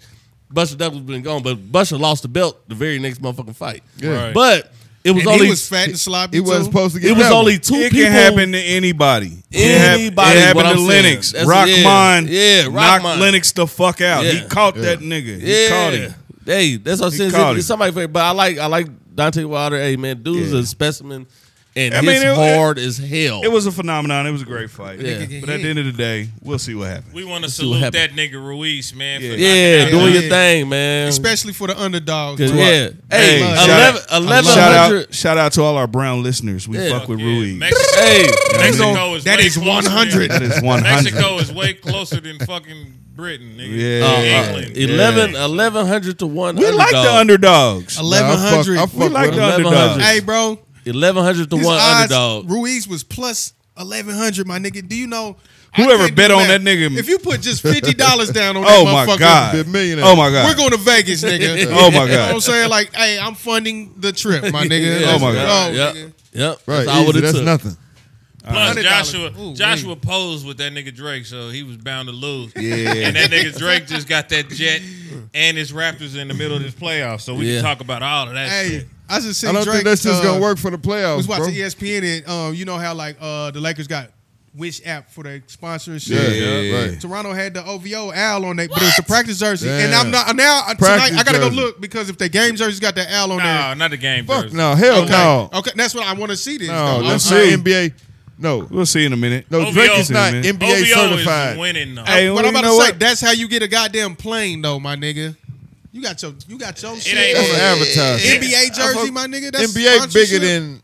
S6: Buster Douglas been gone. But Buster lost the belt the very next motherfucking fight.
S1: Yeah. Right.
S6: But it was
S4: And
S6: only
S4: he was fat and sloppy.
S3: He wasn't
S4: too.
S3: supposed to get
S6: it was
S3: leveled.
S6: only two
S5: it
S6: people.
S5: can happen to anybody. It hap-
S6: Anybody
S5: It
S6: is
S5: happened
S6: what
S5: to
S6: I'm saying.
S5: Lennox.
S6: That's-
S5: Rockman.
S6: yeah. Yeah,
S5: knocked
S6: Rockman.
S5: Lennox the fuck out.
S6: Yeah.
S5: He caught that nigga. He
S6: yeah.
S5: caught him.
S6: Hey, that's what I'm
S5: He
S6: saying.
S5: caught
S6: It's- It's
S5: him.
S6: somebody favorite, but I like I like Dante Wilder. Hey man, dude's
S5: Yeah.
S6: a specimen, and
S5: I
S6: he's
S5: mean, it-
S6: hard as hell.
S5: It was a phenomenon. It was a great fight.
S6: Yeah.
S5: But at the end of the day, we'll see what happens.
S1: We want to
S6: see what
S1: salute that
S6: happened.
S1: nigga Ruiz, man. for
S5: Yeah.
S1: knocking
S6: yeah,
S1: out
S6: doing
S1: Tyson.
S6: your thing, man.
S4: especially for the underdogs.
S6: 'Cause,
S4: bro.
S6: yeah.
S5: Hey,
S6: Hey,
S5: shout
S6: eleven,
S5: out-
S6: eleven
S5: Shout
S6: hundred.
S5: out, shout out to all our brown listeners. We
S6: Yeah.
S5: fuck with
S1: Yeah,
S5: Rui.
S1: Mexico,
S6: Hey,
S1: Mexico is
S4: That
S1: way
S4: is
S1: closer
S4: 100.
S5: That
S1: than-
S5: is one hundred.
S1: Mexico is way closer than fucking Britain, nigga.
S5: Yeah.
S6: uh,
S1: England.
S6: 11, 1100 to one.
S5: We like the
S6: underdog.
S5: underdogs.
S3: Nah, I
S4: eleven
S3: fuck-
S4: hundred.
S3: I fuck
S5: We like
S3: with
S5: the
S3: him.
S5: underdogs.
S6: 1100.
S4: Hey, bro,
S6: eleven hundred to
S4: his
S6: one
S4: odds,
S6: underdog.
S4: Ruiz was plus eleven hundred. My nigga, do you know I
S5: Whoever
S4: can't
S5: bet
S4: do
S5: on
S4: math.
S5: that nigga-
S4: If you put just fifty dollars down on that
S5: Oh my
S4: motherfucker,
S5: god.
S3: big millionaire.
S5: Oh my god.
S4: We're going to Vegas, nigga.
S5: Oh, my
S4: You know
S5: God.
S4: what I'm saying? Like, hey, I'm funding the trip, my nigga.
S5: Oh, my
S4: Let's
S5: God.
S4: go,
S6: Yep.
S4: nigga.
S6: Yep.
S3: Right.
S6: That's all
S3: easy.
S6: what it
S3: That's
S6: took.
S3: nothing.
S1: Plus
S4: $100.
S1: Joshua,
S4: Ooh, wait.
S1: Joshua posed with that nigga Drake, so he was bound to lose.
S6: Yeah.
S1: and that nigga Drake just got that jet and his Raptors in the middle of this playoff, so we
S6: Yeah.
S1: can talk about all of that.
S4: Hey,
S1: shit.
S4: I just seen
S3: I don't
S4: Drake,
S3: think that's just
S4: uh,
S3: gonna work for the
S4: I
S3: playoffs,
S4: was
S3: Oh, bro.
S4: watching E ESPN and um, you know how like uh, the Lakers got which app for their sponsor and
S3: Yeah,
S4: shit.
S3: yeah, right.
S4: Toronto had the OVO owl on they, but it was the practice jersey. And
S3: Damn.
S4: I'm not now I-
S3: Practice
S4: tonight. I gotta go
S3: jersey.
S4: look because if the game jersey's got the owl on
S1: no,
S4: there,
S1: not the game.
S3: Fuck
S1: jersey.
S3: no, hell
S4: okay, Oh,
S3: no,
S4: okay, that's what I want to see. This
S3: no,
S4: though.
S3: that's
S4: I'm-
S3: not
S5: saying-
S3: NBA. No,
S5: We'll see in a minute.
S3: no,
S1: OVO
S3: Drake is not
S5: man.
S3: NBA
S1: OVO
S3: certified.
S1: is winning though.
S4: I-
S5: Hey,
S4: what
S5: well,
S4: I'm about
S5: you
S4: to
S5: know
S4: say,
S5: what?
S4: that's how you get a goddamn plane though, my nigga. You got your you got your shit.
S1: ain't-
S3: That's an advertisement.
S4: NBA jersey, my nigga. That's
S3: NBA bigger
S4: sponsorship.
S3: than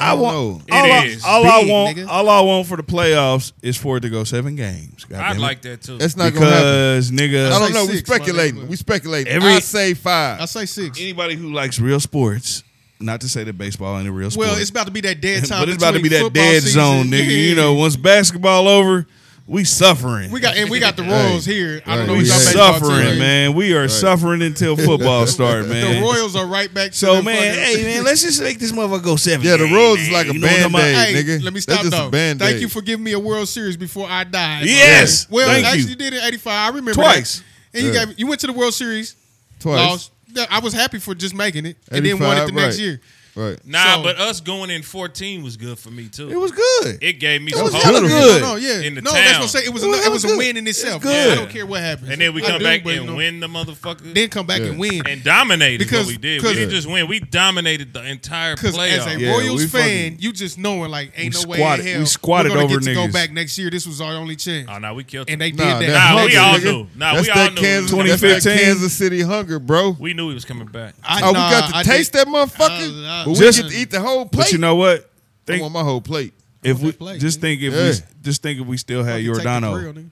S5: I
S3: don't
S5: want
S1: know.
S5: all,
S1: It
S5: I,
S1: is.
S5: all I
S4: Big,
S5: want.
S4: nigga.
S5: All I want for the playoffs is for it to go seven games. God
S1: I'd
S5: damn it.
S1: like that too.
S3: that's not gonna happen.
S5: because nigga,
S3: I
S4: say
S3: don't know. We
S4: six, my nigga.
S3: speculating. We speculating.
S5: Every-
S3: I say five.
S4: I say six.
S5: anybody who likes real sports, not to say that baseball ain't a real sport.
S4: Well, it's about to be that dead time.
S5: but it's about to be
S4: between
S5: that
S4: football
S5: dead
S4: season.
S5: zone, nigga. You know, once basketball over, we suffering.
S4: we got and we got the Royals here. I don't know
S5: we
S4: what y'all
S3: Hey,
S4: baseball
S5: suffering,
S4: team.
S5: man. We are suffering until football start, man.
S4: The Royals are right back. To
S5: so
S4: the
S5: man,
S4: fucking-
S5: hey man, let's just make this motherfucker go seven.
S3: Yeah, the
S5: games,
S3: Royals
S5: man.
S3: is like a
S5: You know what I'm
S3: Band-Aid.
S5: about?
S4: Hey,
S3: nigga,
S4: let me
S3: that's
S4: stop
S3: just a
S4: though.
S3: Band-Aid.
S4: Thank you for giving me a World Series before I die.
S5: Yes,
S4: Well,
S5: thank
S4: I actually
S5: you.
S4: did it '85. I remember
S5: Twice.
S4: that. And you
S3: Yeah.
S4: gave you went to the World Series,
S3: Twice.
S4: lost. Yeah, I was happy for just making it, and then won it the
S3: 85,
S4: next
S3: right.
S4: year.
S3: Right.
S1: nah,
S4: so-
S1: but us going in fourteen was good for me too.
S5: It was good.
S1: It gave me
S5: It
S1: some
S5: was
S1: hope.
S5: hella good.
S4: No, no, yeah.
S1: In the
S4: no,
S1: town.
S4: that's what I'm saying. It was
S5: It was-
S4: a, it was a
S5: good.
S4: win in itself.
S5: It's good.
S4: I don't care what happens.
S1: And then we
S4: I
S1: come
S4: do,
S1: back
S4: but, you
S1: and
S4: know,
S1: win the motherfucker.
S4: Then come back
S3: Yeah.
S4: and win.
S1: and dominated because,
S4: Because-
S1: what we did.
S4: because-
S1: We didn't just win. We dominated the entire
S4: Because as
S1: playoff.
S4: a
S3: Yeah,
S4: Royals
S3: we
S4: fan,
S3: fucking-
S4: you just knowing like ain't
S5: We
S4: no
S5: squatted-
S4: way in
S5: we
S4: hell
S5: squatted
S4: we're gonna
S5: over
S4: get to go
S5: niggas.
S4: back next year. This was our only chance,
S1: oh no, we killed.
S4: and
S1: And
S4: they
S3: Nah,
S4: did
S3: that
S4: that.
S1: Nah, we
S3: hunger,
S1: all
S3: nigga.
S1: knew. Nah,
S3: that's
S1: we all
S3: that
S1: knew.
S3: Kansas,
S5: 2015.
S3: That's that Kansas City hunger, bro.
S1: we knew he was coming back.
S4: I,
S3: oh,
S4: nah,
S3: we got to
S4: I did-
S3: taste that motherfucker.
S4: I- I-
S3: but we
S5: Just-
S3: get to eat the whole plate.
S5: But you know what?
S3: I
S5: Think
S3: want my whole plate.
S5: if we
S4: that plate,
S5: just
S4: nigga.
S5: think if
S3: Yeah.
S5: we just think if we still had
S4: Fucking take the
S5: Jordano,
S4: grill, nigga.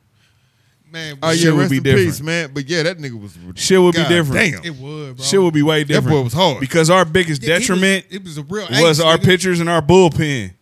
S4: Man,
S3: Oh
S5: Shit
S3: yeah,
S5: would
S3: rest
S5: be
S3: in peace,
S5: different.
S3: man. But yeah, that nigga was
S5: shit would be
S3: God
S5: different.
S3: Damn,
S4: it would, bro.
S5: Shit would be way
S3: that
S5: different.
S3: boy was hard.
S5: because our biggest
S4: Yeah, he was-
S5: detriment
S4: It was a real
S5: was
S4: ace,
S5: our
S4: nigga.
S5: pitchers and our bullpen.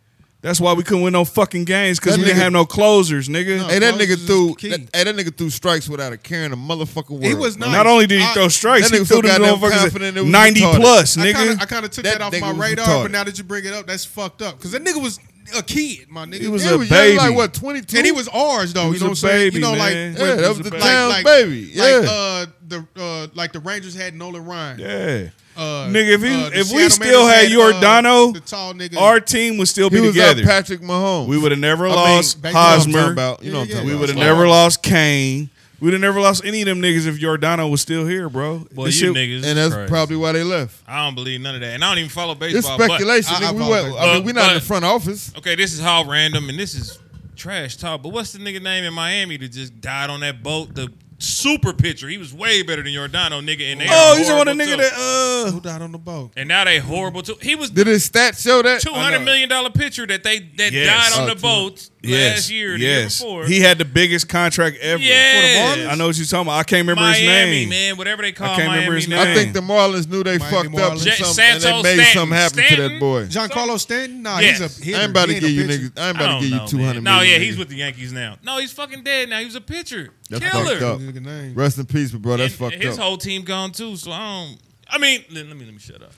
S5: That's why we couldn't win no fucking games because
S3: That
S5: we didn't
S3: nigga-
S5: have no closers, nigga.
S4: No.
S3: hey, that
S4: Close
S3: nigga
S4: is
S3: threw.
S4: key.
S3: That, hey, that nigga threw strikes without a caring a motherfucking word.
S4: He was nice.
S5: Not only did he
S4: I-
S5: throw strikes,
S3: that
S5: he
S3: nigga
S5: threw
S3: so
S5: them
S3: goddamn
S5: motherfuckers
S3: confident it
S5: at
S3: was
S5: 90
S3: retarded.
S5: plus,
S4: I kinda-
S5: nigga.
S4: I kind of took
S3: That
S4: that, off
S3: nigga
S4: my
S3: was
S4: radar,
S3: retarded.
S4: but now that you bring it up, that's fucked up. Because that nigga was a kid, my nigga.
S5: He was
S3: Yeah,
S5: a
S3: he young,
S5: baby.
S3: Like what? Twenty two.
S4: and he was ours though.
S5: was
S4: you know
S5: a
S4: what I'm saying?
S5: baby,
S4: you know,
S5: man.
S4: like
S3: Yeah,
S4: when-
S3: that was the
S5: Like-
S3: town baby. Yeah.
S4: Like, uh, the uh, like the Rangers had Nolan Ryan.
S5: yeah.
S4: Uh,
S5: Nigga, if he-
S4: uh, the
S5: if we
S4: Seattle
S5: still
S4: Mariners
S5: had Giordano,
S4: uh, the tall nigga,
S5: Our team would still be
S3: he was
S5: together.
S3: up Patrick Mahomes.
S5: we would have never
S3: I mean,
S5: lost
S4: back then I'm
S3: You know what I'm talking
S5: Hosmer.
S3: about. You know what I'm
S4: Yeah,
S3: talking
S4: yeah.
S5: We
S3: about.
S5: would have never lost Kane. We would have never lost any of them niggas if Giordano was still here, bro.
S1: Boy,
S5: This
S1: you
S5: shit-
S1: niggas.
S3: And that's
S1: crazy.
S3: probably why they left.
S1: I don't believe none of that, and I don't even follow baseball.
S3: It's
S1: but-
S3: speculation.
S4: I-
S3: nigga.
S4: I
S3: we
S4: apologize.
S3: went, I mean,
S1: But-
S3: we're not in the
S1: but-
S3: front office.
S1: okay, this is how random, and this is trash talk. But what's the nigga name in Miami that just died on that boat? The super pitcher. He was way better than Giordano, nigga. And they
S5: Oh,
S1: are
S5: you just want a
S1: horrible,
S5: nigga
S1: too.
S5: that uh
S4: who died on the boat.
S1: And now they horrible too. He was
S3: Did his stats show that?
S1: two hundred million dollar pitcher that they that
S5: Yes. Uh,
S1: died on
S3: Oh,
S1: the boat
S5: yes,
S1: last year, the
S5: yes.
S1: year before.
S5: He had the biggest contract ever.
S1: Yes. For the Marlins?
S5: I know what you're talking about. I can't remember
S1: Miami,
S5: his name.
S1: man, whatever they call
S5: I can't
S1: Miami
S5: remember his
S1: now.
S5: name.
S3: I think the Marlins knew they
S4: Miami
S3: fucked up
S4: Marlins.
S3: and,
S1: Ja-
S3: something, and they
S1: Santos,
S3: made
S1: Stanton,
S3: something happen to that
S1: Stanton.
S3: boy.
S4: John Carlos Stanton? Nah,
S1: Yes.
S4: he's a
S3: I
S4: hitter.
S3: ain't about to
S4: He
S3: give
S4: a
S3: you
S4: pitcher.
S3: niggas. I ain't
S1: I
S3: about
S1: don't
S3: to give
S1: know,
S3: you two hundred
S1: man. No,
S3: million.
S1: yeah, he's
S3: nigga.
S1: with the Yankees now. No, he's fucking dead now. He was a pitcher,
S3: That's fucked
S1: killer.
S3: up.
S4: Nigga name.
S3: Rest in peace, but bro, that's
S1: And
S3: fucked
S1: his
S3: up.
S1: whole team gone too. So I don't. I mean, let, let me let me shut up.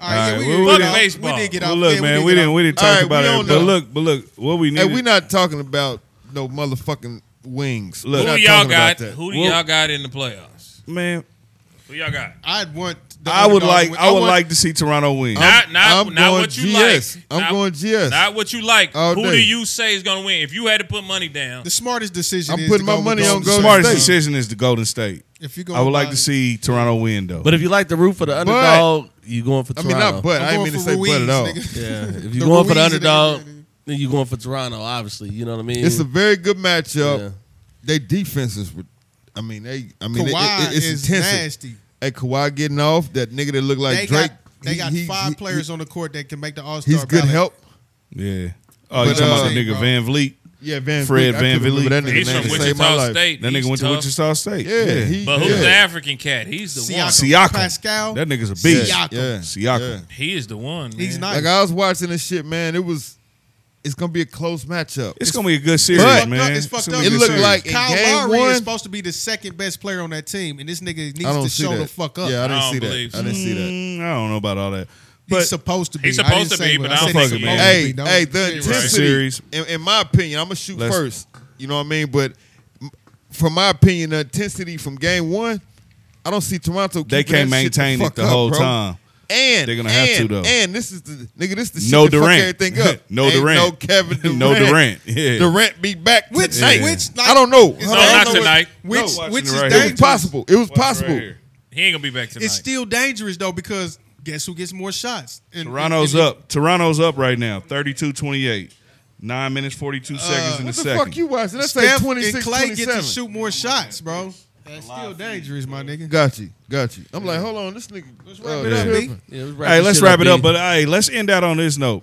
S4: All right, yeah,
S5: Alright,
S4: we,
S5: well,
S4: did
S5: we
S4: get
S5: did-
S4: off-
S1: baseball.
S4: We did get
S5: Well,
S4: out.
S5: look,
S4: yeah,
S5: man,
S4: did
S5: we
S4: get
S5: didn't
S4: off.
S5: we didn't
S3: All
S5: talk
S3: right,
S5: about
S3: we
S5: it.
S3: don't
S5: But
S3: know.
S5: look, but look, what we need.
S3: Hey, we're not talking about no motherfucking wings. We're
S5: Look.
S1: Who
S3: not
S1: do y'all
S3: talking about
S1: got?
S3: that.
S1: Who do
S5: Well-
S1: y'all got in the playoffs?
S5: man,
S1: Who y'all got?
S4: I'd want. the
S5: I would
S4: underdog
S5: like
S4: win.
S5: I would
S4: want-
S5: like to see Toronto win.
S1: Not not,
S3: I'm
S1: not
S3: going
S1: what you
S3: GS.
S1: like.
S3: I'm
S1: Not-
S3: going GS.
S1: Not what you like.
S3: All
S1: Who
S3: day.
S1: do you say is gonna win? If you had to put money down,
S4: the smartest decision.
S3: I'm
S4: is to
S3: putting my
S4: go with
S3: money
S4: Golden
S3: on
S5: the
S3: Golden
S4: State.
S5: smartest
S3: State.
S5: decision is the Golden State.
S4: If you go,
S5: I would like
S4: by-
S5: to see Toronto win though.
S6: But if you like the root for the underdog, you going for
S3: I
S6: Toronto.
S3: mean, not but.
S4: I'm
S3: I didn't
S4: going
S3: mean to
S4: for
S3: say
S4: Ruiz,
S3: but at all.
S4: nigga.
S6: Yeah, if you
S4: The
S6: going for the
S4: Ruiz and
S6: underdog,
S4: everything.
S6: then you going for Toronto. Obviously, you know what I mean.
S3: It's a very good matchup.
S6: Yeah.
S3: They defenses were. I mean, they. I mean, it-
S4: Kawhi
S3: it, it's
S4: is
S3: intensive.
S4: nasty.
S3: Hey, Kawhi getting off. That nigga that look like
S4: they
S3: Drake.
S4: got they
S3: he-
S4: got
S3: he-
S4: five
S3: he-
S4: players on the court that can make the All Star.
S3: He's good help.
S5: yeah. Oh, you
S3: But,
S5: talking
S3: uh,
S5: about the nigga
S4: bro.
S5: Van Vliet?
S3: Yeah, Van
S5: Fred
S3: Fleet. I
S5: Van
S3: couldn't remember
S5: Vliet.
S3: That nigga
S1: he's
S3: name
S1: from
S3: to save my
S1: Wichita
S3: life.
S1: State.
S5: That nigga
S1: He's
S5: went to
S1: tough.
S5: Wichita State.
S3: Yeah, he-
S1: But who's
S3: Yeah.
S1: the African cat? He's the one.
S4: Siakam,
S5: Siakam.
S4: Pascal.
S5: That nigga's a
S3: Yeah,
S5: beast.
S4: Siakam.
S3: Yeah,
S5: Siakam.
S3: yeah.
S1: He is the one. Man.
S4: He's not.
S3: Like I was watching this shit, man. It was. It's gonna be a close matchup.
S5: It's gonna be a good series,
S3: fucked up.
S5: man.
S4: It's
S5: It's
S4: fucked
S5: gonna
S4: up.
S5: be a
S3: It
S5: good
S3: looked
S5: series.
S3: like in
S4: Kyle
S3: game
S4: Lowry
S3: one-
S4: is supposed to be the second best player on that team, and this nigga needs
S3: I don't
S4: to
S3: see
S4: show
S3: that.
S4: the fuck up.
S3: Yeah, I didn't
S1: I don't
S3: see that.
S1: believe
S3: I didn't see that.
S5: Mm, I don't know about all that. But-
S4: he's supposed to be.
S1: He's
S4: I
S1: supposed
S4: didn't
S1: to
S4: say
S1: be,
S4: what.
S1: but
S4: I
S1: I
S4: said
S1: don't
S4: he's
S1: fuck with
S4: supposed
S1: him.
S4: to
S3: Hey,
S4: be, don't-
S3: hey, the
S4: Yeah, you're right.
S3: intensity.
S5: Series.
S3: In, in my opinion, I'm gonna shoot
S5: Let's-
S3: first. You know what I mean? But m- from my opinion, the intensity from game one, I don't see Toronto.
S5: They
S3: keeping
S5: can't
S3: that shit
S5: maintain
S3: the
S5: it
S3: fuck
S5: the
S3: up,
S5: whole
S3: bro.
S5: time.
S3: And
S5: They're gonna have
S3: and,
S5: to, though.
S3: And this is the nigga. This the shit
S5: No
S3: that fuck
S5: Durant.
S3: everything up.
S5: No
S3: Ain't
S5: Durant.
S3: No Kevin Durant.
S5: No Durant. Yeah.
S3: Durant be back
S4: Which-
S3: tonight.
S4: which, like,
S3: I don't know. I
S4: is
S1: No,
S3: don't
S1: not
S3: know what-
S1: tonight.
S4: Which,
S5: No.
S4: which
S5: Watching
S4: is
S5: it right
S3: It
S5: here.
S3: was
S4: dangerous.
S3: possible. It was possible.
S1: He ain't gonna be back tonight.
S4: It's still dangerous though because guess who gets more shots? And-
S5: Toronto's
S4: and-
S5: up. Toronto's up right now, 32-28. Nine minutes, 42 seconds in the
S3: Uh, What the
S5: second.
S3: fuck you watching? That's like
S4: Steph
S3: 26,
S4: and Clay get to
S3: 27.
S4: shoot more shots, bro. That's still dangerous, my nigga.
S3: Got you. Got you. I'm like, hold on, this nigga.
S4: wrap
S3: uh,
S4: it up,
S3: tripping.
S4: B.
S6: Yeah, let's
S5: hey,
S6: this
S5: let's
S6: shit
S5: wrap it up.
S6: B.
S5: But hey, let's end out on this note.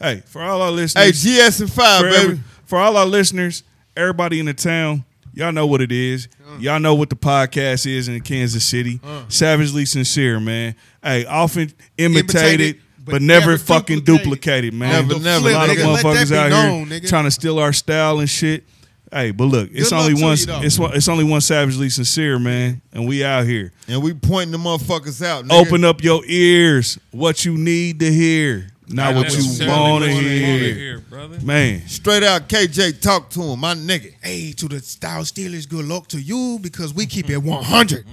S5: Hey, for all our listeners,
S3: Hey, GS and five,
S5: for, every-
S3: baby.
S5: for all our listeners, everybody in the town, y'all know what it is. Y'all know what the podcast is in Kansas City. Savagely sincere, man. Hey, often imitated,
S4: Imitated,
S5: but,
S4: but
S5: never,
S4: never
S5: fucking
S4: duplicated.
S5: duplicated, man.
S3: Never, never,
S5: A lot of
S3: nigga.
S4: Let that
S5: motherfuckers
S4: be
S5: out
S4: known,
S5: here
S4: nigga.
S5: trying to steal our style and shit. Hey, but look, it's
S4: luck
S5: only
S4: to
S5: one.
S4: you, though.
S5: It's one. It's only one. Savagely sincere, man, and we out here.
S3: And we pointing the motherfuckers out. Nigga.
S5: Open up your ears. What you need to hear,
S1: Not
S5: not what you
S1: necessarily
S5: want to
S1: what you wanna
S5: hear,
S1: hear, brother.
S5: man.
S3: Straight out, KJ, talk to him, my nigga.
S4: Hey, to the Style Steelers, good luck to you because we keep it 100.